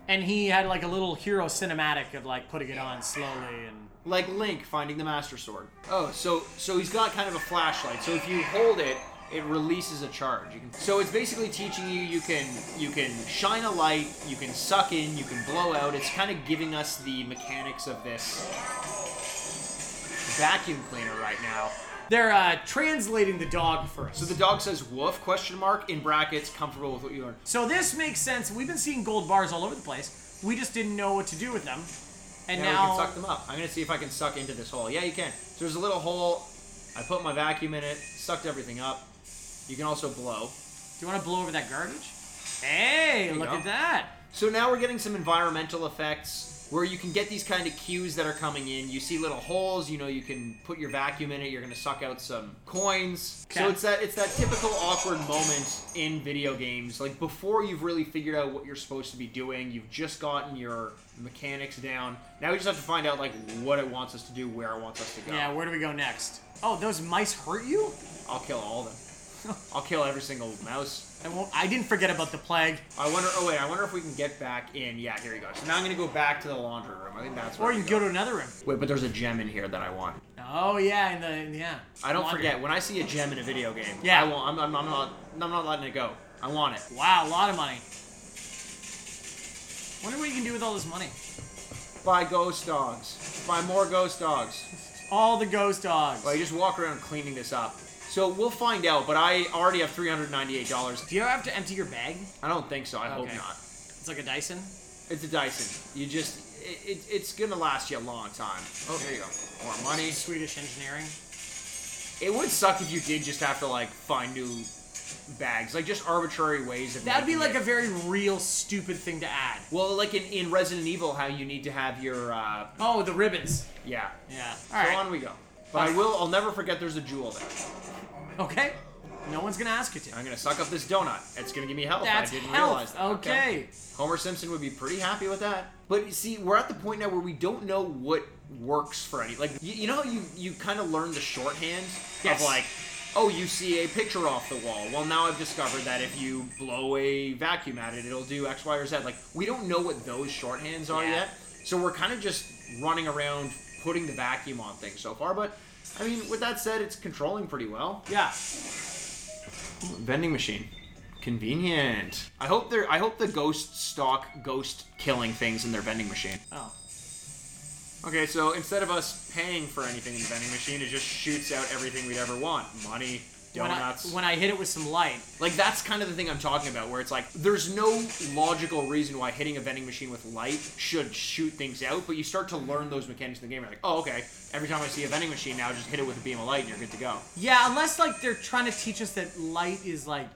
and he had like a little hero cinematic of like putting it on slowly and
like Link finding the Master Sword. Oh, so so he's got kind of a flashlight. So if you hold it, it releases a charge. You can, so it's basically teaching you you can you can shine a light, you can suck in, you can blow out. It's kind of giving us the mechanics of this vacuum cleaner right now.
they're uh, translating the dog first.
So the dog says "woof?" question mark in brackets. Comfortable with what you learned.
So this makes sense. We've been seeing gold bars all over the place. We just didn't know what to do with them. And
Now, we
now,
can suck them up. I'm gonna see if I can suck into this hole. Yeah, you can. So there's a little hole. I put my vacuum in it, sucked everything up. You can also blow.
do you want to blow over that garbage? Hey,
you
look
go.
at that.
So now we're getting some environmental effects where you can get these kind of cues that are coming in. You see little holes, you know, you can put your vacuum in it, you're going to suck out some coins. So
Okay.
it's that it's that typical awkward moment in video games like before you've really figured out what you're supposed to be doing, you've just gotten your mechanics down. Now we just have to find out like what it wants us to do, where it wants us to go.
Yeah, where do we go next? Oh, those mice hurt you?
I'll kill all of them. I'll kill every single mouse.
I won't. I didn't forget about the plague.
I wonder. Oh wait, I wonder if we can get back in. Yeah, here we go. So now I'm gonna go back to the laundry room. I think that's. where
Or
we
you can go to another room.
Wait, but there's a gem in here that I want.
Oh yeah, in the in- yeah.
I don't
Laundry.
forget when I see a gem in a video game.
Yeah.
I won't, I'm, I'm, I'm not. I'm not letting it go. I want it.
Wow, a lot of money. Wonder what you can do with all this money.
Buy ghost dogs. Buy more ghost dogs.
All the ghost dogs.
Well, you just walk around cleaning this up. So we'll find out. But I already have three hundred ninety-eight dollars.
do you ever have to empty your bag?
I don't think so. I hope
Okay.
not.
It's like a Dyson.
It's a Dyson. You just. It, it, it's gonna last you a long time. Oh, here you go. More money.
Swedish engineering.
It would suck if you did just have to like find new bags, like just arbitrary ways of.
That'd be
making
like
it.
a very real stupid thing to add.
Well, like in, in Resident Evil, how you need to have your uh,
Oh, the ribbons.
yeah.
Yeah.
So
All right.
on we go. But I
Fine.
will. I'll never forget. There's a jewel there.
Okay. No one's gonna ask you to.
I'm gonna suck up this donut. It's gonna give me health.
That's
I didn't
health.
realize. That.
Okay.
Homer Simpson would be pretty happy with that. But you see, we're at the point now where we don't know what works for any. Like you, you know, how you you kind of learn the shorthand
Yes.
of like. Oh, you see a picture off the wall. Well, now I've discovered that if you blow a vacuum at it, it'll do X, Y, or Z. Like, we don't know what those shorthands are
Yeah.
yet. So we're kind of just running around putting the vacuum on things so far. But, I mean, with that said, it's controlling pretty well.
Yeah.
Vending machine. Convenient. I hope they're. I hope the ghost stalk ghost killing things in their vending machine.
Oh.
Okay, so instead of us paying for anything in the vending machine, it just shoots out everything we'd ever want: money,
When I,
donuts.
when I hit it with some light.
like that's kind of the thing I'm talking about, where it's like there's no logical reason why hitting a vending machine with light should shoot things out, but you start to learn those mechanics in the game. You're like, oh, okay. Every time I see a vending machine now, just hit it with a beam of light, and you're good to go.
Yeah, unless like they're trying to teach us that light is like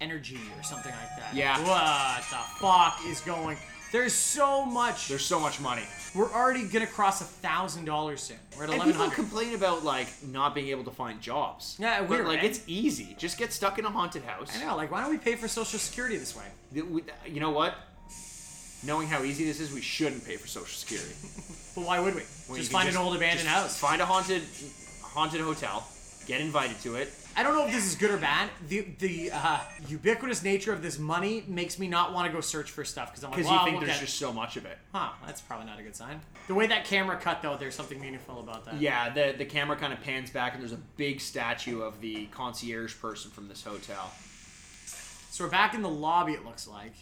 energy or something like that.
Yeah.
What the fuck is going? There's so much.
There's so much money.
We're already gonna cross a thousand dollars soon. We're at
And
eleven
people
hundred.
complain about like not being able to find jobs.
Yeah,
but,
weird,
like
eh?
it's easy. Just get stuck in a haunted house.
I know. Like, why don't we pay for social security this way?
Th- we- You know what? Knowing how easy this is, we shouldn't pay for social security.
But why would we?
When you
just
can
find an old abandoned
just
house.
Find a haunted, haunted hotel. Get invited to it.
I don't know if this is good or bad. The the uh, ubiquitous nature of this money makes me not want to go search for stuff because I'm like,
Because
wow,
you think
we'll
there's
get it."
just so much of it.
huh? That's probably not a good sign. The way that camera cut though, there's something meaningful about that.
Yeah, the the camera kind of pans back, and there's a big statue of the concierge person from this hotel.
So we're back in the lobby. It looks like.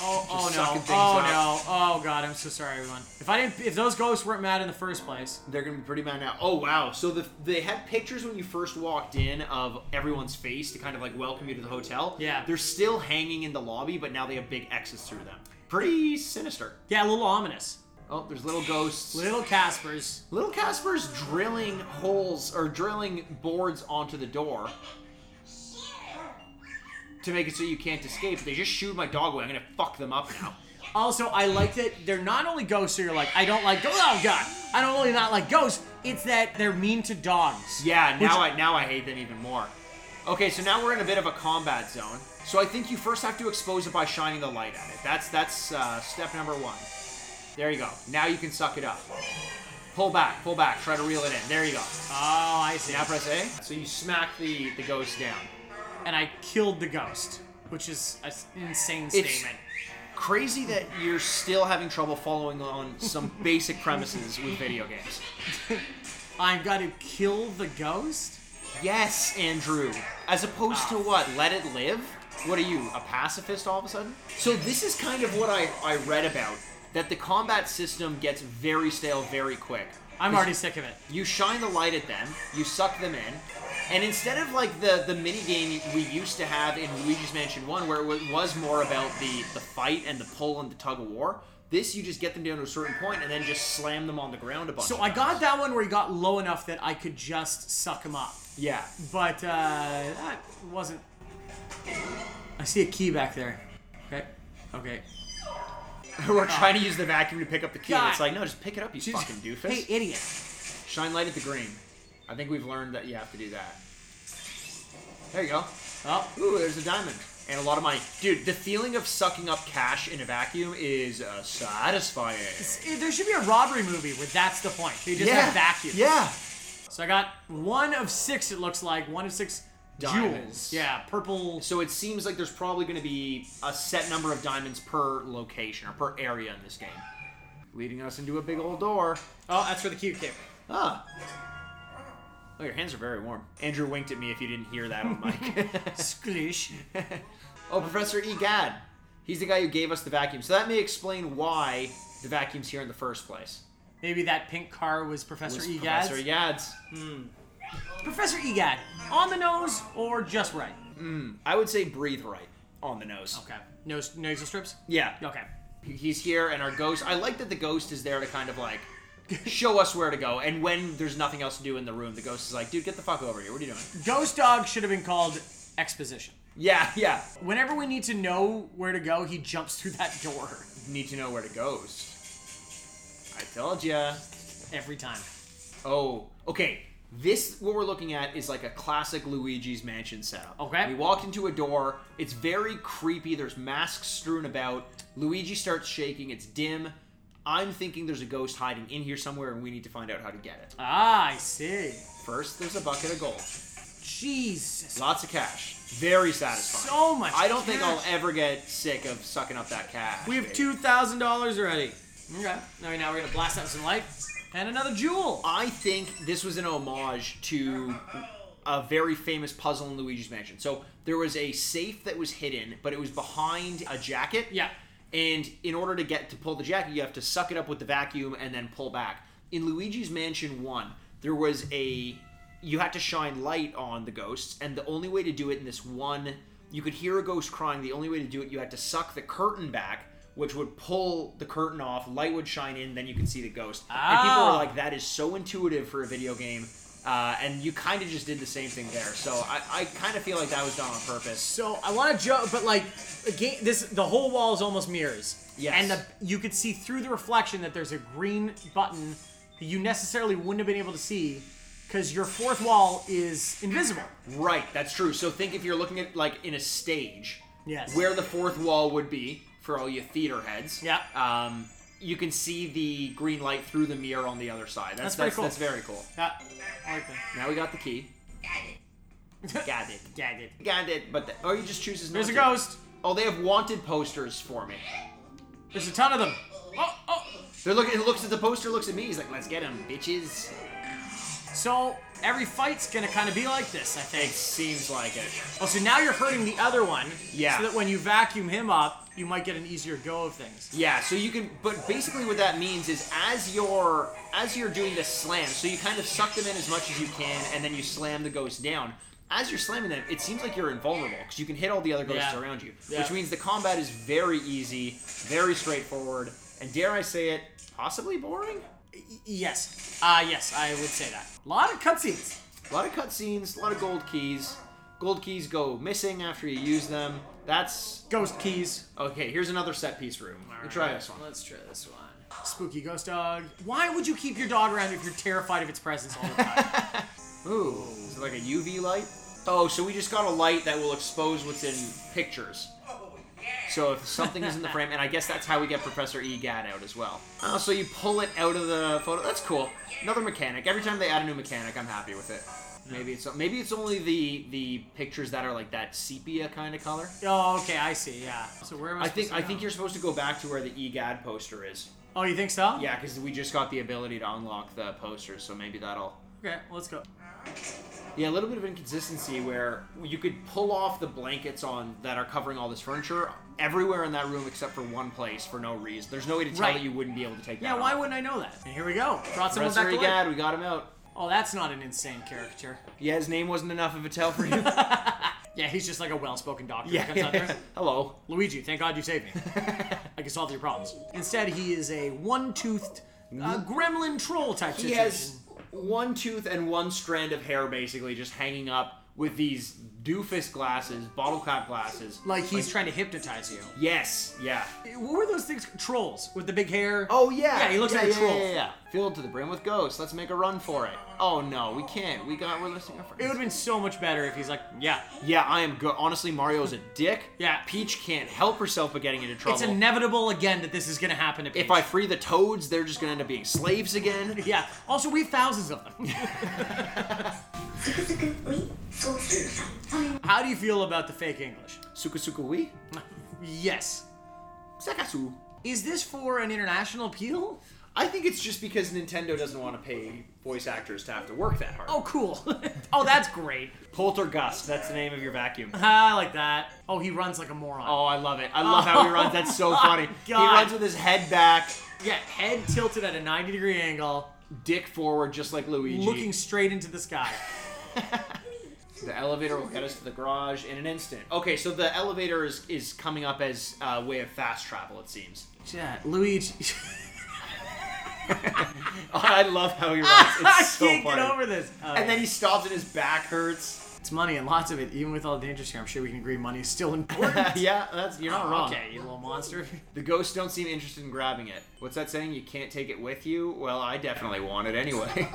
Oh, oh no!
sucking things
Oh
up.
no! Oh god! I'm so sorry, everyone. If I didn't, if those ghosts weren't mad in the first place,
They're gonna be pretty mad now. Oh wow! So the, they had pictures when you first walked in of everyone's face to kind of like welcome you to the hotel.
Yeah.
They're still hanging in the lobby, but now they have big X's through them. Pretty sinister.
yeah, a little ominous.
Oh, there's little ghosts.
Little Caspers.
Little Casper's drilling holes or drilling boards onto the door to make it so you can't escape. They just shooed my dog away. I'm gonna fuck them up now.
Also, I like that they're not only ghosts. So you're like, I don't like. Oh God, I don't really not like ghosts. It's that they're mean to dogs.
Yeah,
Which-
now I now I hate them even more. Okay, so now we're in a bit of a combat zone. So I think you first have to expose it by shining the light at it. That's that's uh, step number one. There you go. Now you can suck it up. Pull back, pull back. Try to reel it in. There you go.
Oh, I see.
Now press A. So you smack the the ghost down.
And I killed the ghost, which is an insane
It's-
statement.
Crazy that you're still having trouble following on some basic premises with video games.
I've got to kill the ghost.
Yes, Andrew. As opposed to what? Let it live? What are you, a pacifist all of a sudden? So this is kind of what I, I read about. That the combat system gets very stale very quick.
I'm already sick of it.
You shine the light at them, you suck them in, and instead of like the the mini game we used to have in Luigi's Mansion One, where it wa- was more about the the fight and the pull and the tug of war, this you just get them down to a certain point and then just slam them on the ground a bunch.
So
of
I
times.
got that one where he got low enough that I could just suck him up.
yeah.
But uh, that wasn't. I see a key back there. Okay. Okay.
We're trying to use the vacuum to pick up the key. and
God.
It's like no, just pick it up, you fucking doofus.
Hey, idiot.
Shine light at the green. I think we've learned that you have to do that. There you go.
Oh,
Ooh, there's a diamond. And a lot of money. Dude, the feeling of sucking up cash in a vacuum is uh, satisfying.
s- there should be a robbery movie where that's the point. They just have vacuums.
Yeah.
So I got one of six. It looks like one of six
Diamonds.
jewels. Yeah, purple.
So it seems like there's probably going to be a set number of diamonds per location or per area in this game. Leading us into a big old door.
Oh, that's for the cute kid.
Ah. Oh, your hands are very warm. Andrew winked at me if you didn't hear that on mic.
Squish.
Oh, Professor Egad. He's the guy who gave us the vacuum. So that may explain why the vacuum's here in the first place.
Maybe that pink car was Professor E.
Was
Egad's.
Professor E. Egad's.
Professor Egad, on the nose or just right?
I would say breathe right on the nose.
Okay. Nose nasal strips.
Yeah.
Okay.
He's here and our ghost. I like that the ghost is there to kind of like show us where to go. And when there's nothing else to do in the room, the ghost is like, dude, get the fuck over here. What are you doing?
Ghost dog should have been called exposition.
Yeah, yeah.
Whenever we need to know where to go, he jumps through that door
Need to know where to ghost. I told ya.
every time.
Oh, okay. This what we're looking at is like a classic Luigi's Mansion setup.
Okay.
We walk into a door. It's very creepy. There's masks strewn about. Luigi starts shaking. It's dim. I'm thinking there's a ghost hiding in here somewhere, and we need to find out how to get it.
Ah, I see.
First, there's a bucket of gold.
Jesus.
Lots of cash. Very satisfying.
So much.
I don't think
cash.
I'll ever get sick of sucking up that cash.
We have
baby.
two thousand dollars already. Okay. Now, now we're gonna blast out some light and another jewel.
I think this was an homage to a very famous puzzle in Luigi's Mansion. So there was a safe that was hidden, but it was behind a jacket.
Yeah.
And in order to get to pull the jacket, you have to suck it up with the vacuum and then pull back. In Luigi's Mansion 1, there was a you had to shine light on the ghosts, and the only way to do it in this one, you could hear a ghost crying. The only way to do it, you had to suck the curtain back, which would pull the curtain off. Light would shine in, then you could see the ghost. And people were
Ah.
like, that is so intuitive for a video game. Uh, and you kind of just did the same thing there. So I, I kind of feel like that was done on purpose.
So I want to joke, but like again, this the whole wall is almost mirrors.
Yes.
And the, you could see through the reflection that there's a green button that you necessarily wouldn't have been able to see because your fourth wall is invisible.
Right, that's true. So think if you're looking at, like, in a stage,
Yes.
where the fourth wall would be for all you theater heads.
Yeah.
Um, you can see the green light through the mirror on the other side. That's, that's,
That's pretty cool.
that's very cool.
Yeah. I like that.
Now we got the key. Got it.
Got it.
Got it. But the, or you just chooses.
There's a
not to.
ghost.
Oh, they have wanted posters for me.
There's a ton of them. Oh, oh.
They're looking. It looks at the poster. Looks at me. He's like, "Let's get him, bitches."
So every fight's gonna kind of be like this, I
It
think.
seems like it.
Oh, so now you're hurting the other one.
Yeah.
So that when you vacuum him up, you might get an easier go of things.
Yeah. So you can. But basically, what that means is, as you're as you're doing the slam, so you kind of suck them in as much as you can, and then you slam the ghost down. As you're slamming them, it seems like you're invulnerable because you can hit all the other ghosts
Yeah.
around you,
Yeah.
which means the combat is very easy, very straightforward, and dare I say it, possibly boring.
Y- Yes. Uh, yes, I would say that. A lot of cutscenes.
A lot of cutscenes, a lot of gold keys. Gold keys go missing after you use them. That's
Ghost keys.
okay. Here's another set piece room. You try this one.
Let's try this one. Spooky ghost dog. Why would you keep your dog around if you're terrified of its presence all the time?
Ooh, is it like a UV light? Oh, so we just got a light that will expose what's in pictures. So if something is in the frame, and I guess that's how we get Professor E. Gad out as well. Oh, so you pull it out of the photo. That's cool. Another mechanic. Every time they add a new mechanic, I'm happy with it. Maybe it's maybe it's only the the pictures that are like that sepia kind of color.
oh, okay, I see. Yeah. So where am I?
I think I
supposed to
think
go?
you're supposed to go back to where the E. Gad poster is.
Oh, you think so?
Yeah, because we just got the ability to unlock the posters, so maybe that'll.
Okay, let's go.
Yeah, a little bit of inconsistency where you could pull off the blankets on that are covering all this furniture everywhere in that room except for one place for no reason. There's no way to tell
Right.
that you wouldn't be able to take that.
Yeah, why
off.
wouldn't I know that? And here we go. Brought someone
Professor
back to
E.
life.
Gad, we got him out.
Oh, that's not an insane caricature.
Yeah, his name wasn't enough of a tell for you.
Yeah, he's just like a well-spoken doctor who comes out
yeah.
there.
Hello.
Luigi, thank God you saved me. I can solve your problems. Instead, he is a one-toothed uh, gremlin troll type
He
situation.
has one tooth and one strand of hair basically just hanging up with these doofus glasses, bottle cap glasses.
like he's trying to hypnotize you.
Yes, yeah.
What were those things? Trolls with the big hair.
Oh yeah.
Yeah, he looks like a
yeah,
troll.
Yeah, yeah, yeah. Filled to the brim with ghosts. Let's make a run for it. Oh no, we can't. We got we're listening
It would have been so much better if he's like, yeah,
Yeah, I am good. Honestly, Mario's a dick.
Yeah.
Peach can't help herself but getting into trouble.
it's inevitable again that this is gonna happen to Peach.
if I free the toads, they're just gonna end up being slaves again.
yeah. Also, we have thousands of them.
すくすくウィそうするさん
How do you feel about the fake English?
Suka suka wee.
Yes.
Sakasu.
Is this for an international appeal?
I think it's just because Nintendo doesn't want to pay voice actors to have to work that hard.
Oh, cool. oh, that's great.
Poltergust, that's the name of your vacuum.
Ah, I like that. Oh, he runs like a moron.
Oh, I love it. I love how he runs. That's so funny. He
God.
runs with his head back,
Yeah, head tilted at a 90 degree angle,
dick forward, just like Luigi.
looking straight into the sky.
The elevator will get us to the garage in an instant. Okay, so the elevator is is coming up as a way of fast travel. It seems.
Yeah, Luigi.
I love how he runs.
I
It's so
can't
funny.
get over this. Oh,
And
yeah.
then he stops and his back hurts.
it's money and lots of it, even with all the dangers here. I'm sure we can agree money is still important.
yeah, that's you're not wrong.
Okay, you little monster.
The ghosts don't seem interested in grabbing it. What's that saying? You can't take it with you? Well, I definitely want it anyway.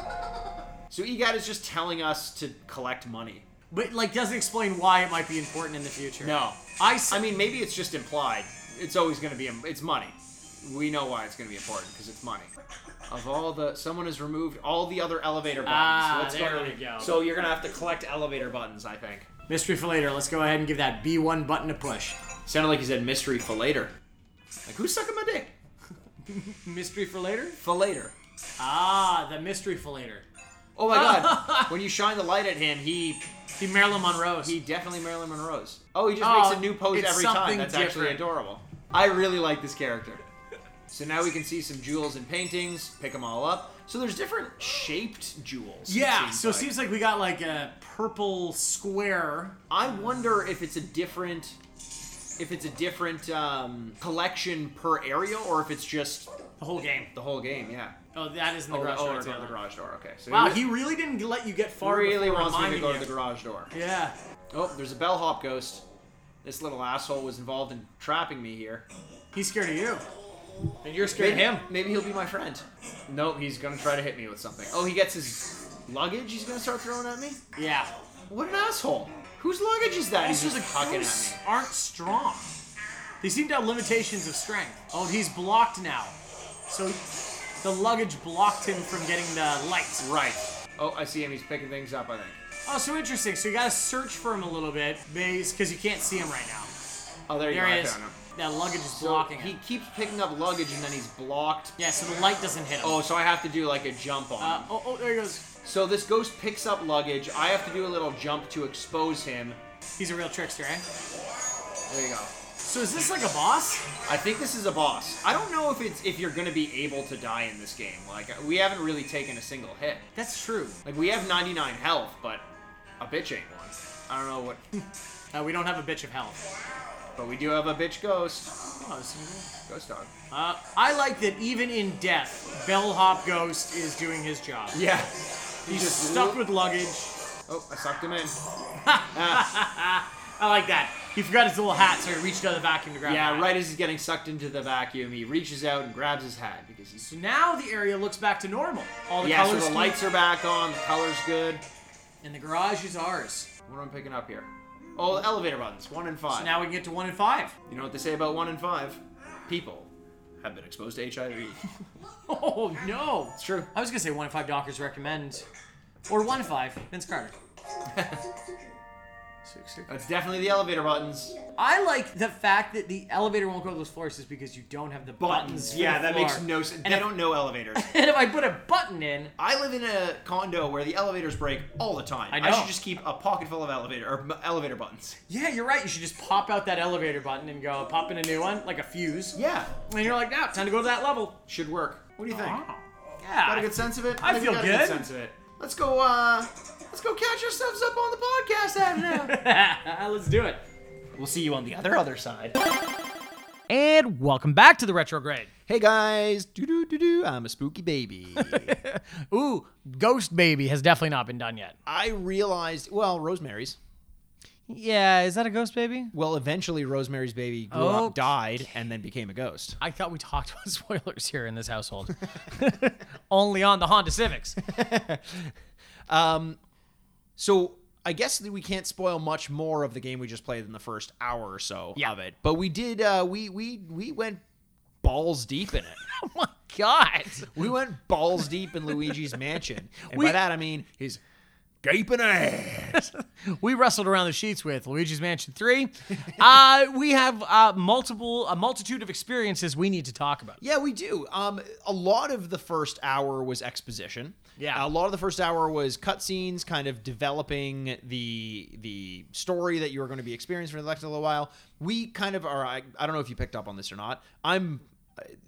so E Egad is just telling us to collect money.
But like doesn't explain why it might be important in the future.
No,
I, s-
I mean maybe it's just implied. It's always going to be it's money. We know why it's going to be important because it's money. Of all the someone has removed all the other elevator buttons.
Ah,
What's
there
going
we
on?
go.
So you're going to have to collect elevator buttons, I think.
mystery for later. Let's go ahead and give that B1 button a push.
Sounded like he said mystery for later. Like who's sucking my dick?
Mystery for later?
For later.
Ah, the mystery for later.
Oh my god! when you shine the light at him, he
The Marilyn Monroe's.
he definitely Marilyn Monroe's. Oh, he just
Oh,
makes a new pose
it's
every time.
something
That's actually
different.
adorable. I really like this character. So now we can see some jewels and paintings. Pick them all up. So there's different shaped jewels. it
yeah,
seems
so it
like.
seems like we got like a purple square.
I wonder if it's a different, if it's a different um, collection per area, or if it's just
The whole game.
the whole game. Yeah.
Oh, that is in the
Oh,
garage.
oh,
door,
it's
too.
on the garage door. Okay. So
Wow,
he
he really didn't let you get far.
really
before
wants me to
reminding
go to
you.
the garage door.
Yeah.
Oh, there's a bellhop ghost. This little asshole was involved in trapping me here.
He's scared of you. And you're scared of him.
Maybe he'll be my friend. Nope, he's gonna try to hit me with something. Oh, he gets his luggage. He's gonna start throwing at me.
Yeah.
What an asshole! Whose luggage is that?
Also,
he's
the
just hucking
ghosts
at me.
aren't strong. They seem to have limitations of strength. Oh, he's blocked now. So the luggage blocked him from getting the lights.
Right. Oh, I see him. He's picking things up. I think.
Oh, so interesting. So you gotta search for him a little bit, because you can't see him right now.
Oh, there you
There
go.
he
I
is.
found him.
That luggage is
So
blocking
he
him.
keeps picking up luggage and then he's blocked.
Yeah, so the light doesn't hit him.
Oh, so I have to do like a jump on.
Uh,
him.
oh, oh, there he goes.
So this ghost picks up luggage. I have to do a little jump to expose him.
He's a real trickster, eh?
There you go.
So is this like a boss?
I think this is a boss. I don't know if it's if you're gonna be able to die in this game. Like we haven't really taken a single hit.
That's true.
Like we have 99 health, but a bitch ain't one. I don't know what.
Uh, we don't have a bitch of health.
But we do have a bitch ghost.
Oh, this is-
Ghost dog.
Uh, I like that even in death, Bellhop Ghost is doing his job.
Yeah.
He's stuck with luggage.
Oh, I sucked him in.
I like that. He forgot his little hat, so he reached out of the vacuum to grab the
Yeah,
hat.
right as he's getting sucked into the vacuum, he reaches out and grabs his hat because he's.
So now the area looks back to normal. All the
Yeah, so
colors
the lights are back on, the color's good.
and the garage is ours.
What am I picking up here? Oh, elevator buttons, one and five.
So now we can get to one and five.
you know what they say about one in five? People have been exposed to HIV.
Oh no!
It's true.
I was gonna say one in five doctors recommend, or one in five Vince Carter. Six, six.
That's definitely the elevator buttons.
I like the fact that the elevator won't go to those floors is because you don't have the buttons. for
Yeah,
the
that
floor.
makes no sense.
And
They
if-
don't know elevators.
And if I put a button in,
I live in a condo where the elevators break all the time.
I
I
know.
should just keep a pocket full of elevator or m- elevator buttons.
yeah, you're right. You should just pop out that elevator button and go pop in a new one, like a fuse.
Yeah,
And you're like, now it's time to go to that level.
should work. What do you think?
Wow.
Got
Yeah.
a good sense of it.
Ah. I
think
feel
we got a
good.
sense of it. Let's go. uh Let's go catch ourselves up on the podcast app now.
Let's do it.
we'll see you on the other other side.
And welcome back to the retrograde.
Hey guys, do do do do. I'm a spooky baby.
Ooh, Ghost Baby has definitely not been done yet.
I realized. Well, Rosemary's.
Yeah, is that a Ghost Baby?
Well, eventually Rosemary's baby grew
Okay.
up, died, and then became a ghost.
I thought we talked about spoilers here in this household. Only on the Honda Civics.
So I guess that we can't spoil much more of the game we just played in the first hour or so
Yeah.
of it. But we did. Uh, we we we went balls deep in it.
Oh my god.
We went balls deep in Luigi's mansion, and
We-
by that I mean his gaping ass.
We wrestled around the sheets with Luigi's Mansion 3. Uh, we have uh, multiple a multitude of experiences we need to talk about.
Yeah, we do. Um, a lot of the first hour was exposition.
Yeah.
a lot of the first hour was cutscenes, kind of developing the the story that you are going to be experiencing for the next little while. We kind of are. I, I don't know if you picked up on this or not. I'm.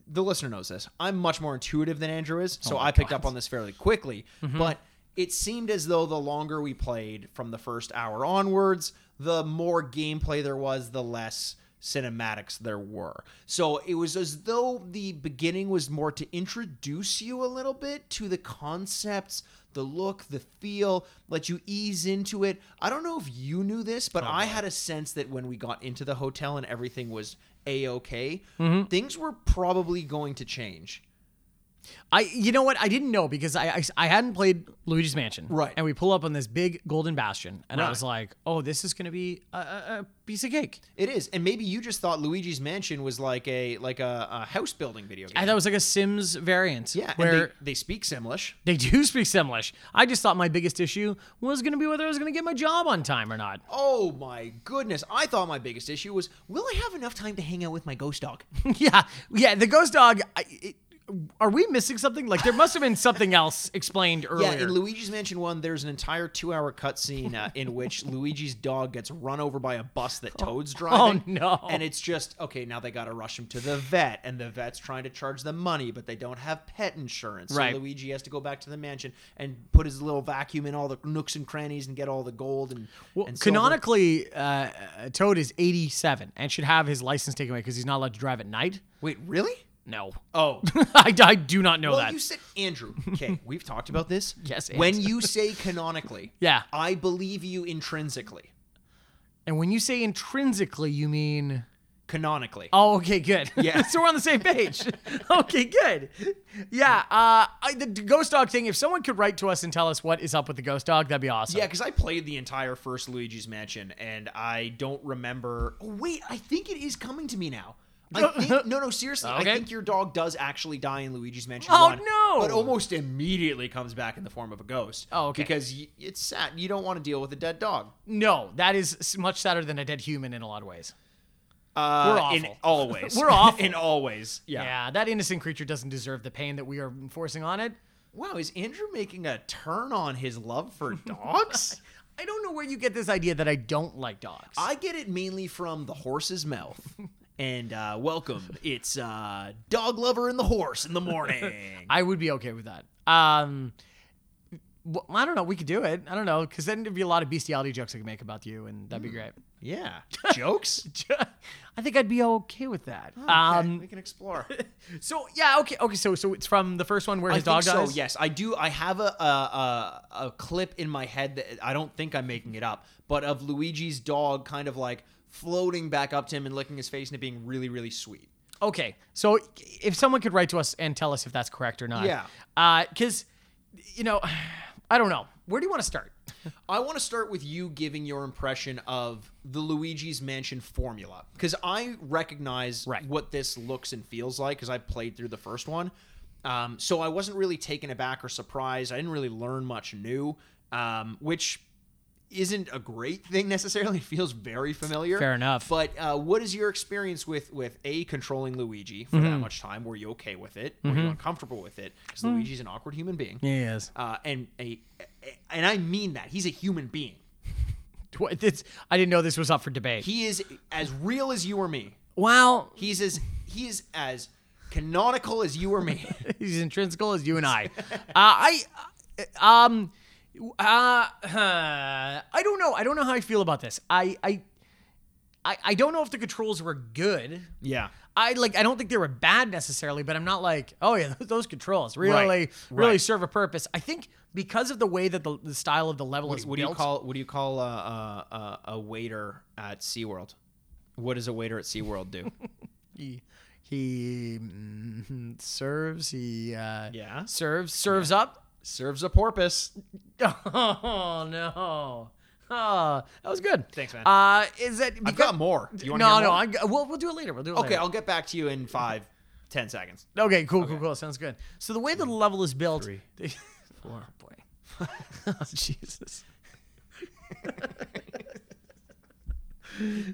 The listener knows this. I'm much more intuitive than Andrew is, so I picked up on this fairly quickly. But it seemed as though the longer we played from the first hour onwards, the more gameplay there was, the less cinematics there were. So it was as though the beginning was more to introduce you a little bit to the concepts, the look, the feel, let you ease into it. I don't know if you knew this, but I had a sense that when we got into the hotel and everything was a okay,
Mm-hmm.
things were probably going to change.
I you know what I didn't know because I I, I hadn't played Luigi's Mansion
Right.
and we pull up on this big golden bastion and I
Right.
was like oh this is gonna be a, a, a piece of cake
It is, and maybe you just thought Luigi's Mansion was like a like a, a house building video game.
I thought it was like a Sims variant
yeah, and
where
they, they speak Simlish.
they, do speak Simlish I just thought my biggest issue was gonna be whether I was gonna get my job on time or not
Oh my goodness! I thought my biggest issue was, will I have enough time to hang out with my ghost dog?
yeah yeah the ghost dog I, it, are we missing something like there must have been something else explained earlier
Yeah, in Luigi's Mansion One, there's an entire two-hour cutscene uh, in which Luigi's dog gets run over by a bus that Toad's driving.
Oh, no.
And it's just okay. Now they got to rush him to the vet, and the vet's trying to charge them money, but they don't have pet insurance.
Right.
So Luigi has to go back to the mansion and put his little vacuum in all the nooks and crannies and get all the gold and,
Well,
and silver.
canonically, uh, uh, Toad is 87 and should have his license taken away because he's not allowed to drive at night.
Wait, really?
No.
Oh.
I, I do not know
Well,
that.
you said Andrew. Okay, we've talked about this.
Yes, and.
When you say canonically,
Yeah.
I believe you intrinsically.
and when you say intrinsically, you mean.
Canonically.
Oh, okay, good.
Yeah.
so we're on the same page. okay, good. Yeah. Uh, I, the ghost dog thing, if someone could write to us and tell us what is up with the ghost dog, that'd be awesome.
Yeah, because I played the entire first Luigi's Mansion, and I don't remember. Oh, wait, I think it is coming to me now. I think no, no, seriously,
Okay.
I think your dog does actually die in Luigi's Mansion.
Oh,
one,
no!
But almost immediately comes back in the form of a ghost.
Oh, okay.
Because y- it's sad. You don't want to deal with a dead dog.
No, that is s- much sadder than a dead human in a lot of ways.
Uh,
We're
In
awful.
always.
We're awful.
in always.
Yeah.
yeah.
that innocent creature doesn't deserve the pain that we are enforcing on it.
Wow, is Andrew making a turn on his love for dogs?
I don't know where you get this idea that I don't like dogs.
I get it mainly from the horse's mouth. And uh, welcome, it's uh, dog lover and the horse in the morning.
I would be okay with that. Um,
Hmm.
well, I don't know. We could do it. I don't know, because then there'd be a lot of bestiality jokes I could make about you, and that'd be great.
Yeah. Jokes?
I think I'd be okay with that.
Okay,
Um,
we can explore.
so yeah, okay, okay. So so it's from the first one where
I
his dog
think
dies.
so. Yes, I do. I have a, a a a clip in my head that I don't think I'm making it up, but of Luigi's dog kind of like floating back up to him and licking his face and it being really really sweet.
Okay, so if someone could write to us and tell us if that's correct or not.
Yeah.
Because, you know, I don't know. Where do you want to start?
I want to start with you giving your impression of the Luigi's Mansion formula because I recognize
Right.
what this looks and feels like because I played through the first one. Um, so I wasn't really taken aback or surprised. I didn't really learn much new, um, which isn't a great thing necessarily. It feels very familiar.
Fair enough.
But uh, what is your experience with with a controlling Luigi for
Mm-hmm.
that much time? Were you okay with it? Were you uncomfortable with it? Because Luigi's an awkward human being
Yes.
uh, and a, and I mean that he's a human being.
It's, I didn't know this was up for debate.
He is as real as you or me.
well,
He's as he is as canonical as you or me.
he's intrinsical as you and I. uh, I, uh, um, uh, I don't know. I don't know how I feel about this. I, I, I, I don't know if the controls were good.
yeah.
I like. I don't think they were bad necessarily, but I'm not like, oh yeah, those controls really,
Right,
really
right.
serve a purpose. I think because of the way that the, the style of the level is
What do
built.
you call what do you call a a, a, a waiter at SeaWorld? What does a waiter at SeaWorld do?
he, he mm, serves. He uh,
Yeah.
serves serves up.
Serves a porpoise.
Oh no. Oh, that was good.
Thanks, man.
Uh, is that
I've
because-
got more. Do you want to
no,
hear
no.
more?
I'm, g- we'll we'll do it later. We'll do it
okay,
later.
I'll get back to you in five, ten seconds.
Okay, cool, cool, cool. Sounds good. So the way the level is built,
three,
four, boy, oh, Jesus.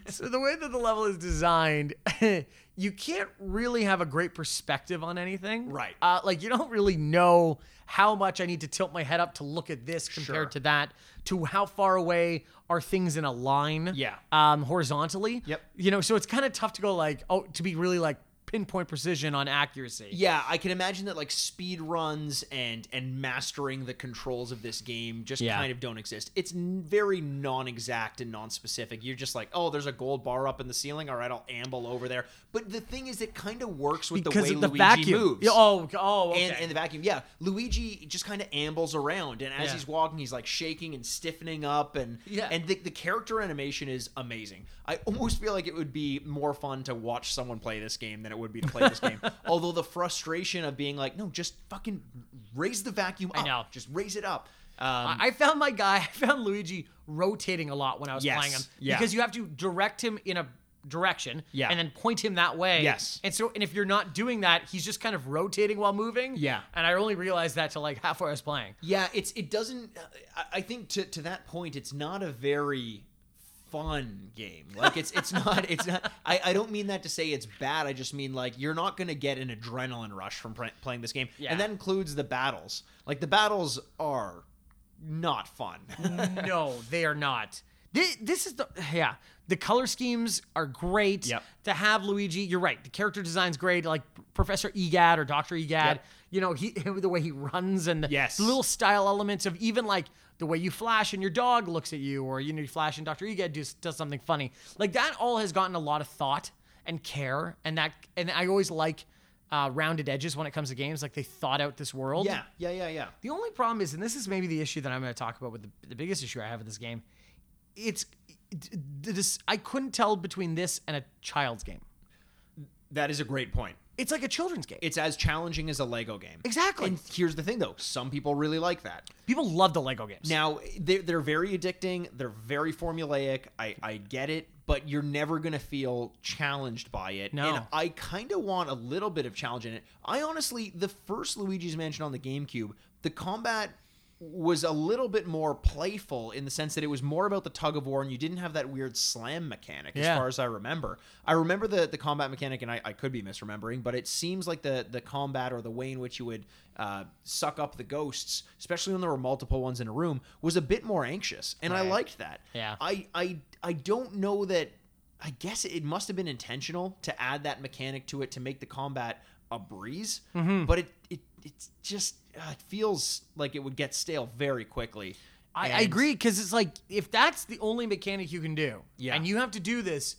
so the way that the level is designed, you can't really have a great perspective on anything,
Right.
Uh, like you don't really know how much I need to tilt my head up to look at this compared
Sure.
to that, to how far away are things in a line,
Yeah.
um, horizontally.
Yep.
You know, so it's kind of tough to go like, oh, to be really like pinpoint precision on accuracy.
Yeah, I can imagine that like speed runs and and mastering the controls of this game just
Yeah.
kind of don't exist. It's n- very non-exact and non-specific. You're just like, "Oh, there's a gold bar up in the ceiling. All right, I'll amble over there." But the thing is it kind of works with the way Luigi moves.
Yeah, Oh, oh, okay.
And in the vacuum, yeah, Luigi just kind of ambles around, and as
Yeah.
he's walking, he's like shaking and stiffening up, and
Yeah.
and the, the character animation is amazing. I almost feel like it would be more fun to watch someone play this game than it would be to play this game. Although the frustration of being like, no, just fucking raise the vacuum up,
know.
just raise it up. Um,
I I found my guy. I found Luigi rotating a lot when I was
Yes,
playing him
yeah.
because you have to direct him in a direction
Yeah.
and then point him that way.
Yes.
And so, and if you're not doing that, he's just kind of rotating while moving.
Yeah.
And I only realized that to like halfway I was playing.
Yeah, it's it doesn't. I- I think to to that point, it's not a very fun game. Like it's it's not it's not. I I don't mean that to say it's bad. I just mean like you're not gonna get an adrenaline rush from pr- playing this game,
Yeah.
and that includes the battles. Like the battles are not fun.
Mm. no, they are not. This, this is the yeah. The color schemes are great.
Yep.
To have Luigi, you're right. The character design's great. Like Professor Egad or Doctor Egad,
Yep.
you know, he the way he runs and the,
Yes.
the little style elements of even like the way you flash and your dog looks at you, or you know, you flash and Doctor Egad does, does something funny. Like that all has gotten a lot of thought and care, and that and I always like uh, rounded edges when it comes to games. Like they thought out this world.
yeah, yeah, yeah, yeah.
The only problem is, and this is maybe the issue that I'm going to talk about with the, the biggest issue I have with this game, it's it- this. I couldn't tell between this and a child's game.
That is a great point.
It's like a children's game.
It's as challenging as a Lego game.
Exactly.
And here's the thing, though. Some people really like that.
People love the Lego games.
Now they're, they're very addicting. They're very formulaic. I, I get it, but you're never gonna feel challenged by it.
No.
And I kind of want a little bit of challenge in it. I honestly, the first Luigi's Mansion on the GameCube, the combat was a little bit more playful in the sense that it was more about the tug of war and you didn't have that weird slam mechanic as
Yeah.
far as I remember. I remember the the combat mechanic and I, I could be misremembering, but it seems like the the combat or the way in which you would uh, suck up the ghosts, especially when there were multiple ones in a room, was a bit more anxious. And I
Right.
liked that.
Yeah.
I I I don't know that I guess it must have been intentional to add that mechanic to it to make the combat a breeze,
Mm-hmm.
but it it it's just uh, it feels like it would get stale very quickly.
I, I
And-
agree because it's like if that's the only mechanic you can do,
Yeah.
and you have to do this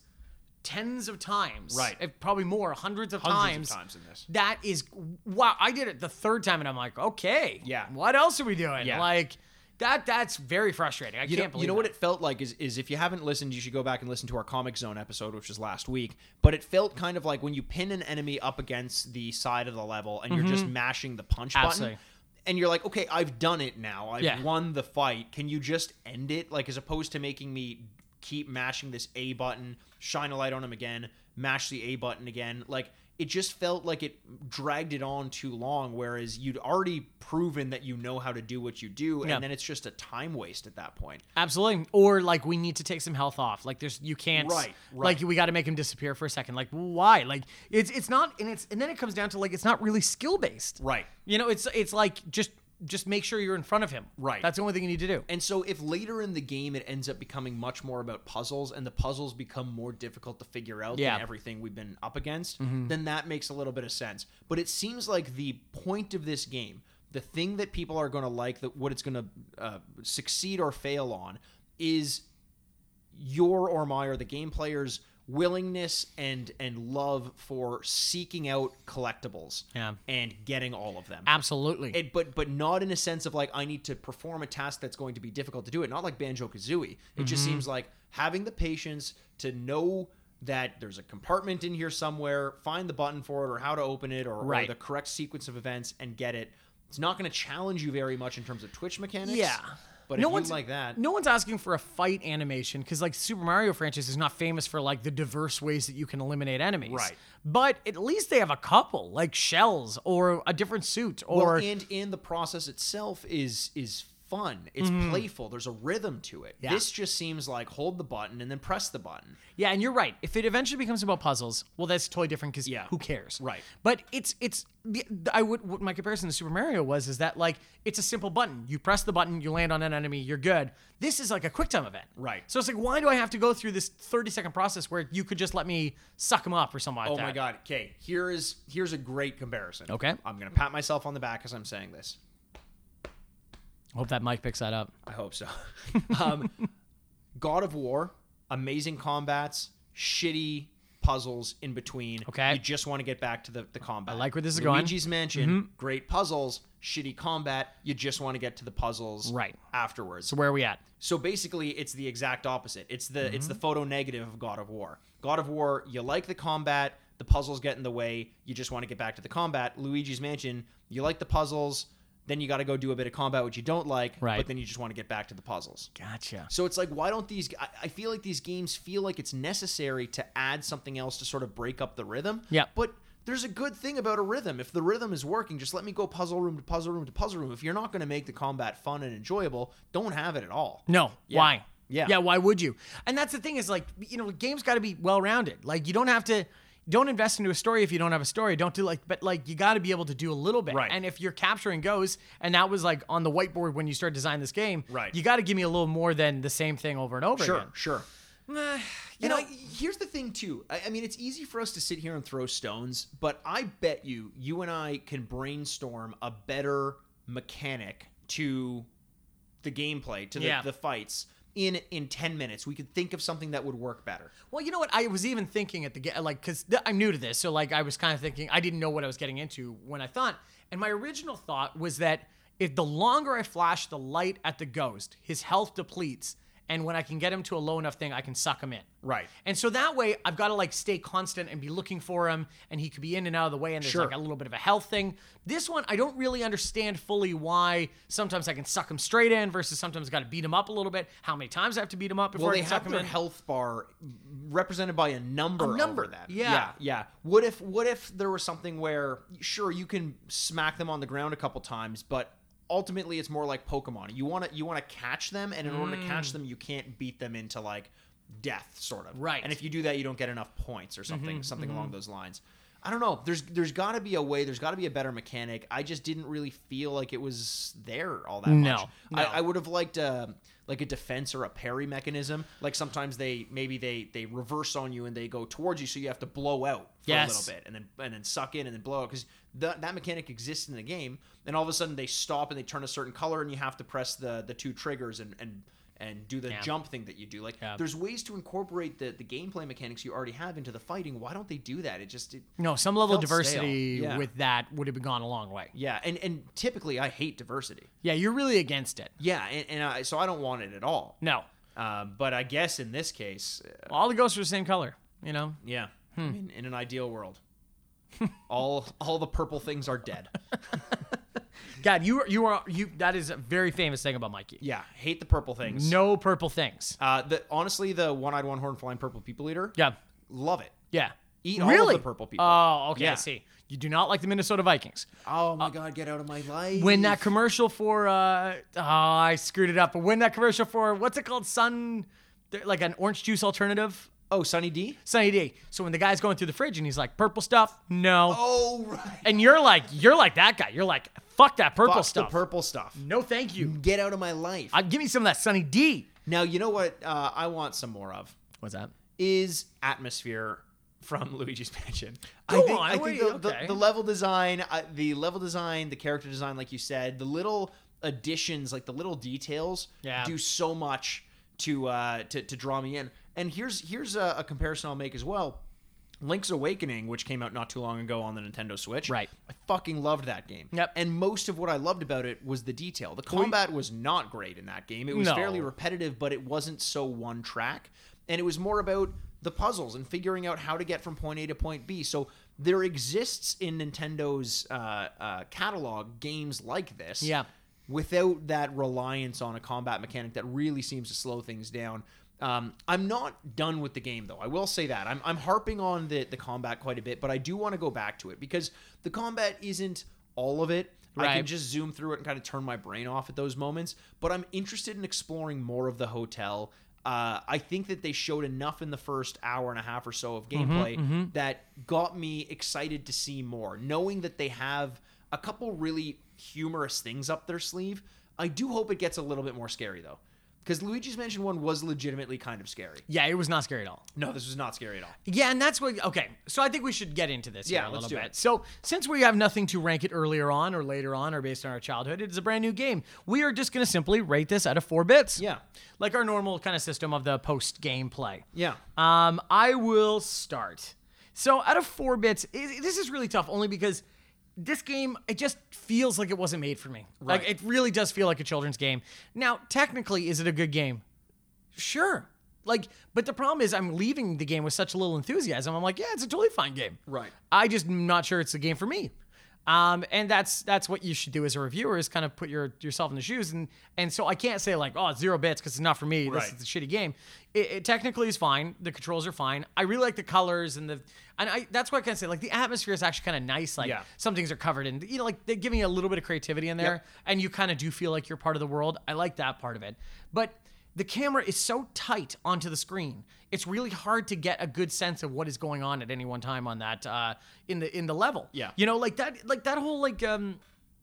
tens of times,
Right.
if- probably more, hundreds of
Hundreds
times.
of times in this.
That is wow! I did it the third time, and I'm like, okay,
Yeah.
What else are we doing?
Yeah.
Like that. That's very frustrating. I
You
can't
know,
believe
you know what
that.
it felt like is, is if you haven't listened, you should go back and listen to our Comic Zone episode, which was last week. But it felt kind of like when you pin an enemy up against the side of the level and you're just mashing the punch
Mm-hmm. Absolutely.
button. And you're like, okay, I've done it now. I've
Yeah.
won the fight. Can you just end it? Like, as opposed to making me keep mashing this A button, shine a light on him again, mash the A button again. Like, it just felt like it dragged it on too long. Whereas you'd already proven that you know how to do what you do.
Yeah.
And then it's just a time waste at that point.
Absolutely. Or like we need to take some health off. Like there's you can't
Right,
like we got to make him disappear for a second. Like why? Like it's it's not and it's and then it comes down to like it's not really skill based.
Right.
You know, it's it's like just just make sure you're in front of him.
Right.
That's the only thing you need to do.
And so if later in the game it ends up becoming much more about puzzles and the puzzles become more difficult to figure out
Yeah. Mm-hmm.
than everything we've been up against, then that makes a little bit of sense. But it seems like the point of this game, the thing that people are going to like, that what it's going to uh, succeed or fail on is your or my or the game player's willingness and and love for seeking out collectibles
Yeah.
and getting all of them.
Absolutely.
It, but but not in a sense of like I need to perform a task that's going to be difficult to do it. Not like Banjo Kazooie. It just
Mm-hmm.
seems like having the patience to know that there's a compartment in here somewhere, find the button for it or how to open it or, or
Right.
the correct sequence of events and get it. It's not going to challenge you very much in terms of Twitch mechanics.
yeah.
but if you like that,
No one's asking for a fight animation because like Super Mario franchise is not famous for like the diverse ways that you can eliminate enemies.
Right.
But at least they have a couple, like shells or a different suit or
well, and and the process itself is is fun. It's
Mm-hmm.
playful. There's a rhythm to it. This just seems like hold the button and then press the button.
Yeah, and you're right. If it eventually becomes about puzzles, well, that's totally different because
Yeah.
who cares,
Right.
But it's it's the- the- I would what my comparison to Super Mario was is that like it's a simple button. You press the button, you land on an enemy, you're good. This is like a quick time event,
Right.
So it's like, why do I have to go through this 30 second process where you could just let me suck him up or something like
Oh
that?
my god. Okay, here is here's a great comparison.
Okay.
I'm gonna pat myself on the back as I'm saying this.
Hope that mic picks that up.
I hope so. um, God of War, amazing combats, shitty puzzles in between.
Okay.
You just want to get back to the, the combat. I
like where this is going. Mm-hmm.
Luigi's Mansion, great puzzles, shitty combat. You just want to get to the puzzles
Right.
afterwards.
So where are we at?
So basically, it's the exact opposite. It's the it's
Mm-hmm.
the photo negative of God of War. God of War, you like the combat, the puzzles get in the way. You just want to get back to the combat. Luigi's Mansion, you like the puzzles, then you got to go do a bit of combat which you don't like,
Right.
but then you just want to get back to the puzzles.
Gotcha.
So it's like, why don't these? I, I feel like these games feel like it's necessary to add something else to sort of break up the rhythm.
Yeah.
But there's a good thing about a rhythm. If the rhythm is working, just let me go puzzle room to puzzle room to puzzle room. If you're not going to make the combat fun and enjoyable, don't have it at all.
No.
Yeah.
Why?
Yeah.
Yeah. Why would you? And that's the thing is like you know games got to be well rounded. Like you don't have to. Don't invest into a story if you don't have a story. Don't do like, but like you got to be able to do a little bit.
Right.
And if you're capturing goes, and that was like on the whiteboard when you started designing this game,
Right.
You got to give me a little more than the same thing over and over
Sure,
again.
sure.
Nah, you
You
know,
know, here's the thing too. I, I mean, it's easy for us to sit here and throw stones, but I bet you, you and I can brainstorm a better mechanic to the gameplay, to the,
Yeah.
the fights. In, in 10 minutes we could think of something that would work better
Well, you know what? I was even thinking at the get, like, because I'm new to this. So, like, I was kind of thinking, I didn't know what I was getting into when I thought. And my original thought was that if the longer I flash the light at the ghost, his health depletes. And when I can get him to a low enough thing, I can suck him in.
Right.
And so that way, I've got to, like, stay constant and be looking for him. And he could be in and out of the way. And there's,
Sure.
like, a little bit of a health thing. This one, I don't really understand fully why sometimes I can suck him straight in versus sometimes got to beat him up a little bit. How many times I have to beat him up before
well
I
they
can suck
have
him
their
in.
health bar represented by a number
A number,
over that
yeah.
yeah yeah. what if what if there was something where sure you can smack them on the ground a couple times but ultimately it's more like pokemon you want to you want to catch them and in order to
Mm.
catch them you can't beat them into like death sort of
Right. Mm-hmm,
and if you do that you don't get enough points or something something along those lines I don't know. There's there's got to be a way. There's got to be a better mechanic. I just didn't really feel like it was there all that
No,
much.
no.
I, I would have liked a, like a defense or a parry mechanism. Like sometimes they maybe they they reverse on you and they go towards you, so you have to blow out for a
Yes.
little bit and then and then suck in and then blow out because that that mechanic exists in the game. And all of a sudden they stop and they turn a certain color and you have to press the the two triggers and and and do the jump thing that you do. Like
Yeah.
there's ways to incorporate the the gameplay mechanics you already have into the fighting. Why don't they do that? It just it,
No, some level of
Felt stale.
diversity
Yeah.
with that would have gone a long way.
yeah, and and typically I hate diversity.
Yeah, you're really against it.
Yeah, and, and I, so I don't want it at all.
No,
Um, but I guess in this case, uh,
all the ghosts are the same color. You know,
yeah, I mean, in an ideal world, all all the purple things are dead.
God, you you are you. That is a very famous thing about Mikey.
Yeah, hate the purple things.
No purple things.
Uh, the honestly, the one-eyed, one-horned, flying purple people eater.
Yeah,
love it.
yeah.
Eat all of
really?
the purple people.
Oh, okay.
Yeah.
I see. You do not like the Minnesota Vikings.
Oh my god, get out of my life!
When that commercial for uh, oh, I screwed it up. But when that commercial for what's it called? Sun, they're like an orange juice alternative.
oh Sunny D.
Sunny D. So when the guy's going through the fridge and he's like, purple stuff, no.
Oh right,
And you're like, you're like that guy. You're like, fuck that purple
Fuck the
stuff.
purple stuff.
no, thank you.
Get out of my life.
I, give me some of that Sunny D.
now you know what uh, I want some more of.
What's that?
is atmosphere from Luigi's Mansion.
Go
I think,
on,
I think
wait,
the, the-
okay.
the level design, uh, the level design, the character design, like you said, the little additions, like the little details,
Yeah.
do so much to uh, to to draw me in. And here's here's a, a comparison I'll make as well. Link's Awakening, which came out not too long ago on the Nintendo Switch.
Right.
I fucking loved that game.
Yep.
And most of what I loved about it was the detail. The combat was not great in that game. It was
No.
fairly repetitive, but it wasn't so one track. And it was more about the puzzles and figuring out how to get from point A to point B. So there exists in Nintendo's uh, uh, catalog games like this.
Yeah.
Without that reliance on a combat mechanic that really seems to slow things down. Um, I'm not done with the game though. I will say that I'm, I'm harping on the the combat quite a bit, but I do want to go back to it because the combat isn't all of it. I can
Right.
just just zoom through it and kind of turn my brain off at those moments. But I'm interested in exploring more of the hotel. Uh, I think that they showed enough in the first hour and a half or so of gameplay that got me excited to see more. Knowing that they have a couple really humorous things up their sleeve, I do hope it gets a little bit more scary though. Because Luigi's Mansion 1 was legitimately kind of scary.
Yeah, it was not scary at all.
No, this was not scary at all.
Yeah, and that's what. Okay, so I think we should get into this
Yeah,
here a
let's
little
do
bit.
it.
So since we have nothing to rank it earlier on or later on or based on our childhood, it is a brand new game. We are just going to simply rate this out of four bits.
Yeah.
like our normal kind of system of the post gameplay.
Yeah.
Um, I will start. So out of four bits, i this is really tough, only because this game it just feels like it wasn't made for me. Like
Right.
it really does feel like a children's game. Now, technically, is it a good game? Sure. Like, but the problem is I'm leaving the game with such little enthusiasm. I'm like, yeah, it's a totally fine game.
Right.
I just am not sure it's the game for me. Um, and that's that's what you should do as a reviewer is kind of put your yourself in the shoes and and so I can't say like oh it's zero bits because it's not for me
Right.
this is a shitty game. It, it technically is fine. The controls are fine. I really like the colors and the and I that's what I can say like the atmosphere is actually kind of nice. Like
Yeah.
some things are covered in you know like they're giving you a little bit of creativity in there and you kind of do feel like you're part of the world i like that part of it but the camera is so tight onto the screen it's really hard to get a good sense of what is going on at any one time on that uh in the in the level
Yeah.
you know like that like that whole like um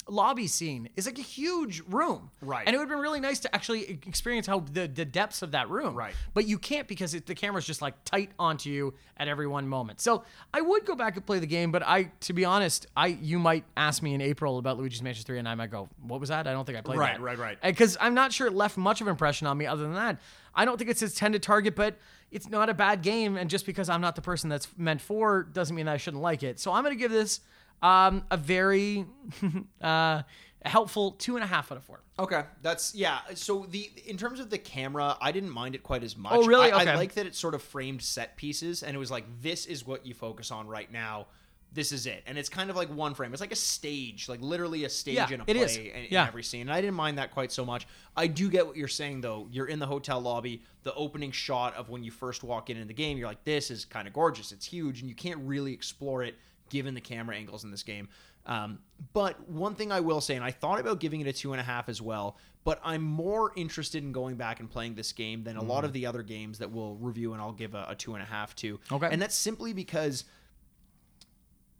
lobby scene is like a huge room
Right.
and it would have been really nice to actually e- experience how the, the depths of that room
Right.
but you can't because it, the camera's just like tight onto you at every one moment. So I would go back and play the game, but I, to be honest, I you might ask me in April about Luigi's Mansion Three, and I might go, "What was that? I don't think I played
Right,
that."
right, right.
Because I'm not sure it left much of an impression on me. Other than that, I don't think it's its intended target, but it's not a bad game. And just because I'm not the person that's meant for, doesn't mean I shouldn't like it. So I'm gonna give this um, a very uh, helpful two and a half out of four.
Okay, that's yeah. So the in terms of the camera, I didn't mind it quite as much.
Oh, really?
I, I
Okay.
like that it sort of framed set pieces, and it was like this is what you focus on right now. This is it, and it's kind of like one frame. It's like a stage, like literally a stage
Yeah,
in a
it
play
is.
In, in
Yeah.
every scene. And I didn't mind that quite so much. I do get what you're saying though. You're in the hotel lobby. The opening shot of when you first walk in in the game, you're like, this is kind of gorgeous. It's huge, and you can't really explore it given the camera angles in this game. Um, but one thing I will say, and I thought about giving it a two and a half as well, but I'm more interested in going back and playing this game than a lot of the other games that we'll review and I'll give a, a two and a half to.
Okay.
And that's simply because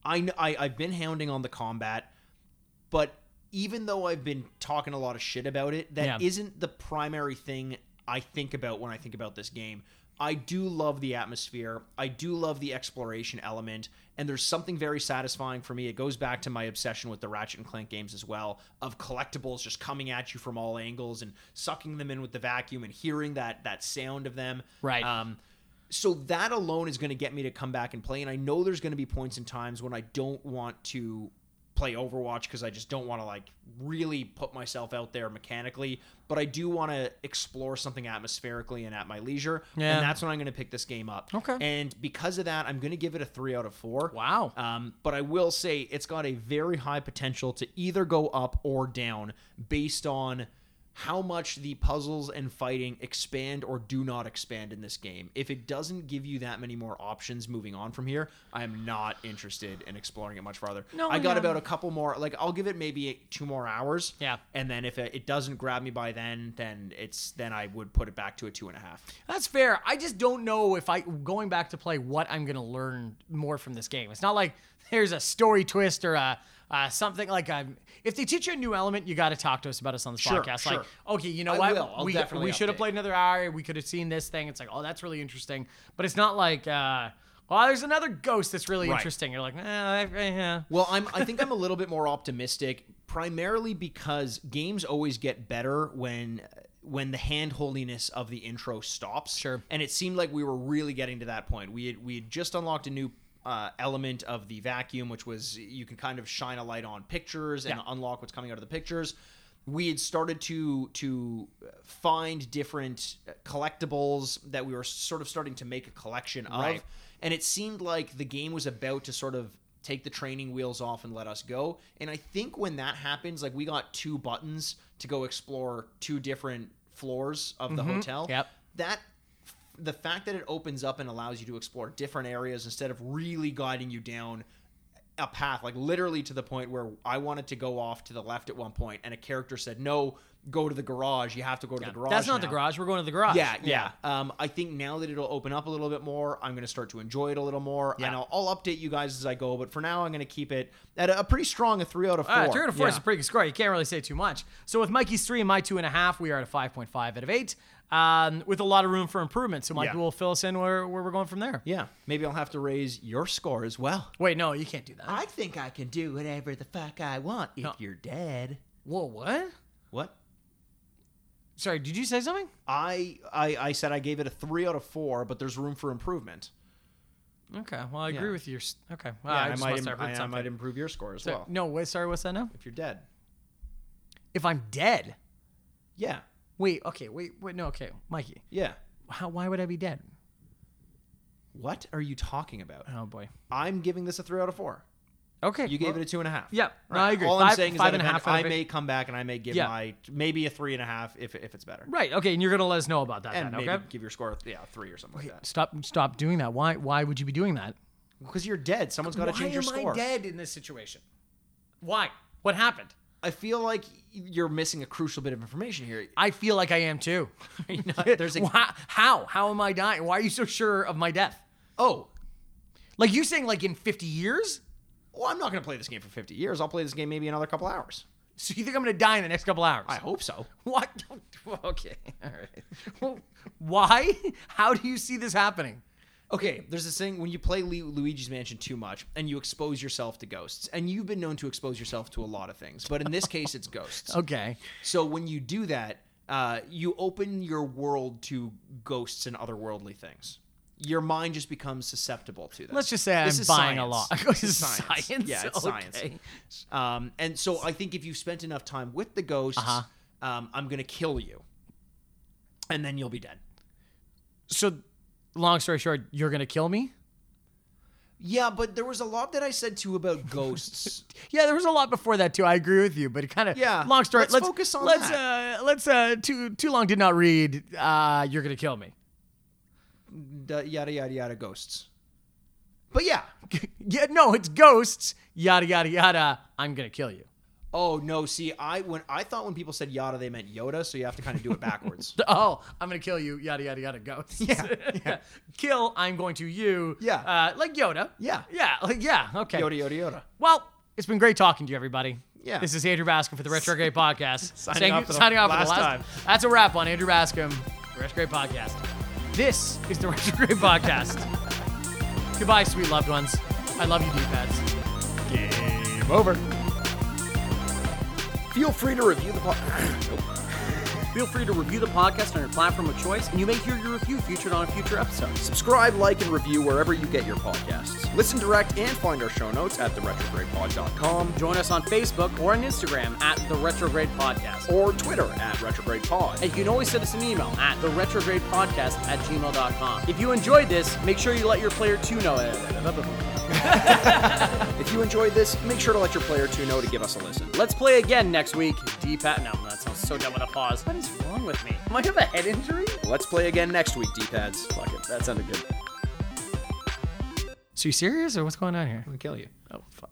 I, kn- I I've been hounding on the combat, but even though I've been talking a lot of shit about it,
Yeah.
that not the primary thing I think about when I think about this game. I do love the atmosphere. I do love the exploration element, and there's something very satisfying for me. It goes back to my obsession with the Ratchet and Clank games as well, of collectibles just coming at you from all angles and sucking them in with the vacuum and hearing that that sound of them.
Right.
Um, so that alone is going to get me to come back and play. And I know there's going to be points and times when I don't want to play Overwatch because I just don't want to like really put myself out there mechanically. But I do want to explore something atmospherically and at my leisure.
Yeah.
And that's when I'm going to pick this game up.
Okay.
And because of that, I'm going to give it a three out of four.
Wow.
Um, but I will say it's got a very high potential to either go up or down based on how much the puzzles and fighting expand or do not expand in this game. If it doesn't give you that many more options moving on from here, I am not interested in exploring it much farther.
No,
I got
yeah.
about a couple more, like I'll give it maybe two more hours.
Yeah.
And then if it, it doesn't grab me by then, then it's then I would put it back to a two and a half.
That's fair. I just don't know if I going back to play what I'm gonna learn more from this game. It's not like there's a story twist or a uh, something like um, if they teach you a new element, you got to talk to us about us on this
Sure,
podcast. Like,
sure.
okay, you know
I
what?
will. I'll
we
definitely
we should have
update.
played another hour. We could have seen this thing. It's like, oh, that's really interesting. But it's not like, uh, well, there's another ghost that's really
Right.
interesting. You're like, eh, I- eh, yeah.
Well, I'm I think I'm a little bit more optimistic primarily because games always get better when when the hand holdiness of the intro stops.
Sure.
And it seemed like we were really getting to that point. We had we had just unlocked a new uh, element of the vacuum, which was you can kind of shine a light on pictures and unlock what's coming out of the pictures. We had started to to find different uh, collectibles that we were sort of starting to make a collection of,
Right.
and it seemed like the game was about to sort of take the training wheels off and let us go. And I think when that happens, like we got two buttons to go explore two different floors of the hotel.
Mm-hmm. Yep.
That the fact that it opens up and allows you to explore different areas instead of really guiding you down a path like literally to the point where I wanted to go off to the left at one point and a character said no go to the garage you have to go to the garage
That's not the
now."
garage. We're going to the garage.
Yeah, yeah. Um, I think now that it'll open up a little bit more, I'm going to start to enjoy it a little more.
Yeah.
And I'll, I'll update you guys as I go. But for now, I'm going to keep it at a, a pretty strong a three out of four.
Uh, three out of four is
Yeah.
a pretty good score. You can't really say too much. So with Mikey's three and my two and a half, we are at a five point five out of eight, um, with a lot of room for improvement. So Mikey
Yeah.
will fill us in where, where we're going from there.
yeah. Maybe I'll have to raise your score as well.
Wait, no, you can't do that.
I think I can do whatever the fuck I want if
No.
you're dead.
Whoa, what?
What?
Sorry, did you say something?
I, I I said I gave it a three out of four, but there's room for improvement.
Okay, well I agree
Yeah.
with your. s- Okay, well,
Yeah,
Ah, I,
and
just
might
must
im-
have heard
I- I
something.
might improve your score as
So-
well
No, wait, sorry, what's that now?
if you're dead.
If I'm dead.
Yeah,
Wait, okay, wait, wait, no, okay, Mikey,
yeah.
how? Why would I be dead?
What are you talking about?
Oh boy.
I'm giving this a three out of four.
Okay,
You gave
well,
it a two and a half.
Yeah, no, I agree.
All
Five-
I'm saying is
five
that
and a
event-
half out
I
of eight.
may come back and I may give
Yeah.
my maybe a three and a half if if it's better,
right. Okay, and you're gonna let us know about that.
and
then,
maybe
okay.
give your score yeah a three or something like that.
Stop! Stop doing that. Why? Why would you be doing that?
Because you're dead. Someone's got to change your score.
dead in this situation? Why? What happened?
I feel like you're missing a crucial bit of information here.
I feel like I am too.
There's a-
Why- how? How am I dying? Why are you so sure of my death?
Oh,
Like you saying like in 50 years?
well, I'm not going to play this game for 50 years. I'll play this game maybe another couple hours.
So you think I'm gonna die in the next couple hours?
I hope so.
What? Okay. All right. Well, why? How do you see this happening?
Okay, there's this thing when you play Lu- Luigi's Mansion too much and you expose yourself to ghosts, and you've been known to expose yourself to a lot of things, but in this case, it's ghosts.
Okay.
So when you do that, uh, you open your world to ghosts and otherworldly things. Your mind just becomes susceptible to that.
Let's just say
This
I'm
is
buying
science.
a lot.
This is science.
science?
Yeah, it's
Okay.
science. Um, and so I think if you've spent enough time with the ghosts,
Uh-huh.
um, I'm going to kill you. And then you'll be dead.
So, long story short, you're gonna kill me.
Yeah, but there was a lot that I said too about ghosts.
Yeah, there was a lot before that too. I agree with you, but it kind of
Yeah,
Long story.
let's focus on
let's
that.
uh let's uh too too long did not read. Uh, you're gonna kill me.
Da- yada, yada, yada, ghosts. But yeah,
yeah, no, it's ghosts. Yada yada yada. I'm gonna kill you.
Oh no! See, I when I thought when people said Yoda, they meant Yoda, so you have to kind of do it backwards.
Oh, I'm gonna kill you. Yada yada yada. Go.
Yeah, yeah.
Kill. I'm going to you.
Yeah.
Uh, like Yoda.
Yeah.
Yeah. Like yeah. Okay.
Yoda, Yoda, Yoda.
Well, it's been great talking to you, everybody.
Yeah.
This is Andrew Bascom for the Retrograde Podcast.
Signing
Thank
off
you-
for the
signing off for
last
the last
time.
That's a wrap on Andrew Bascom, the Retrograde Podcast. This is the Retrograde Podcast. Goodbye, sweet loved ones. I love you, D-pads.
Game over. Feel free to review the podcast.
Feel free to review the podcast on your platform of choice, and you may hear your review featured on a future episode.
Subscribe, like, and review wherever you get your podcasts. Listen direct and find our show notes at theretrogradepod.com
Join us on Facebook or on Instagram at The Retrograde Podcast.
or Twitter at retrogradepod.
And you can always send us an email at theretrogradepodcast at gmail.com. If you enjoyed this, make sure you let your player 2 know.
If you enjoyed this, make sure to let your player two know to give us a listen.
Let's play again next week. D-Pat. No, that sounds so dumb with a pause. What is wrong with me? Am I have a head injury?
Let's play again next week, D-pads. Fuck it, that sounded good.
So you serious or what's going on here?
I'm gonna kill you.
Oh, fuck.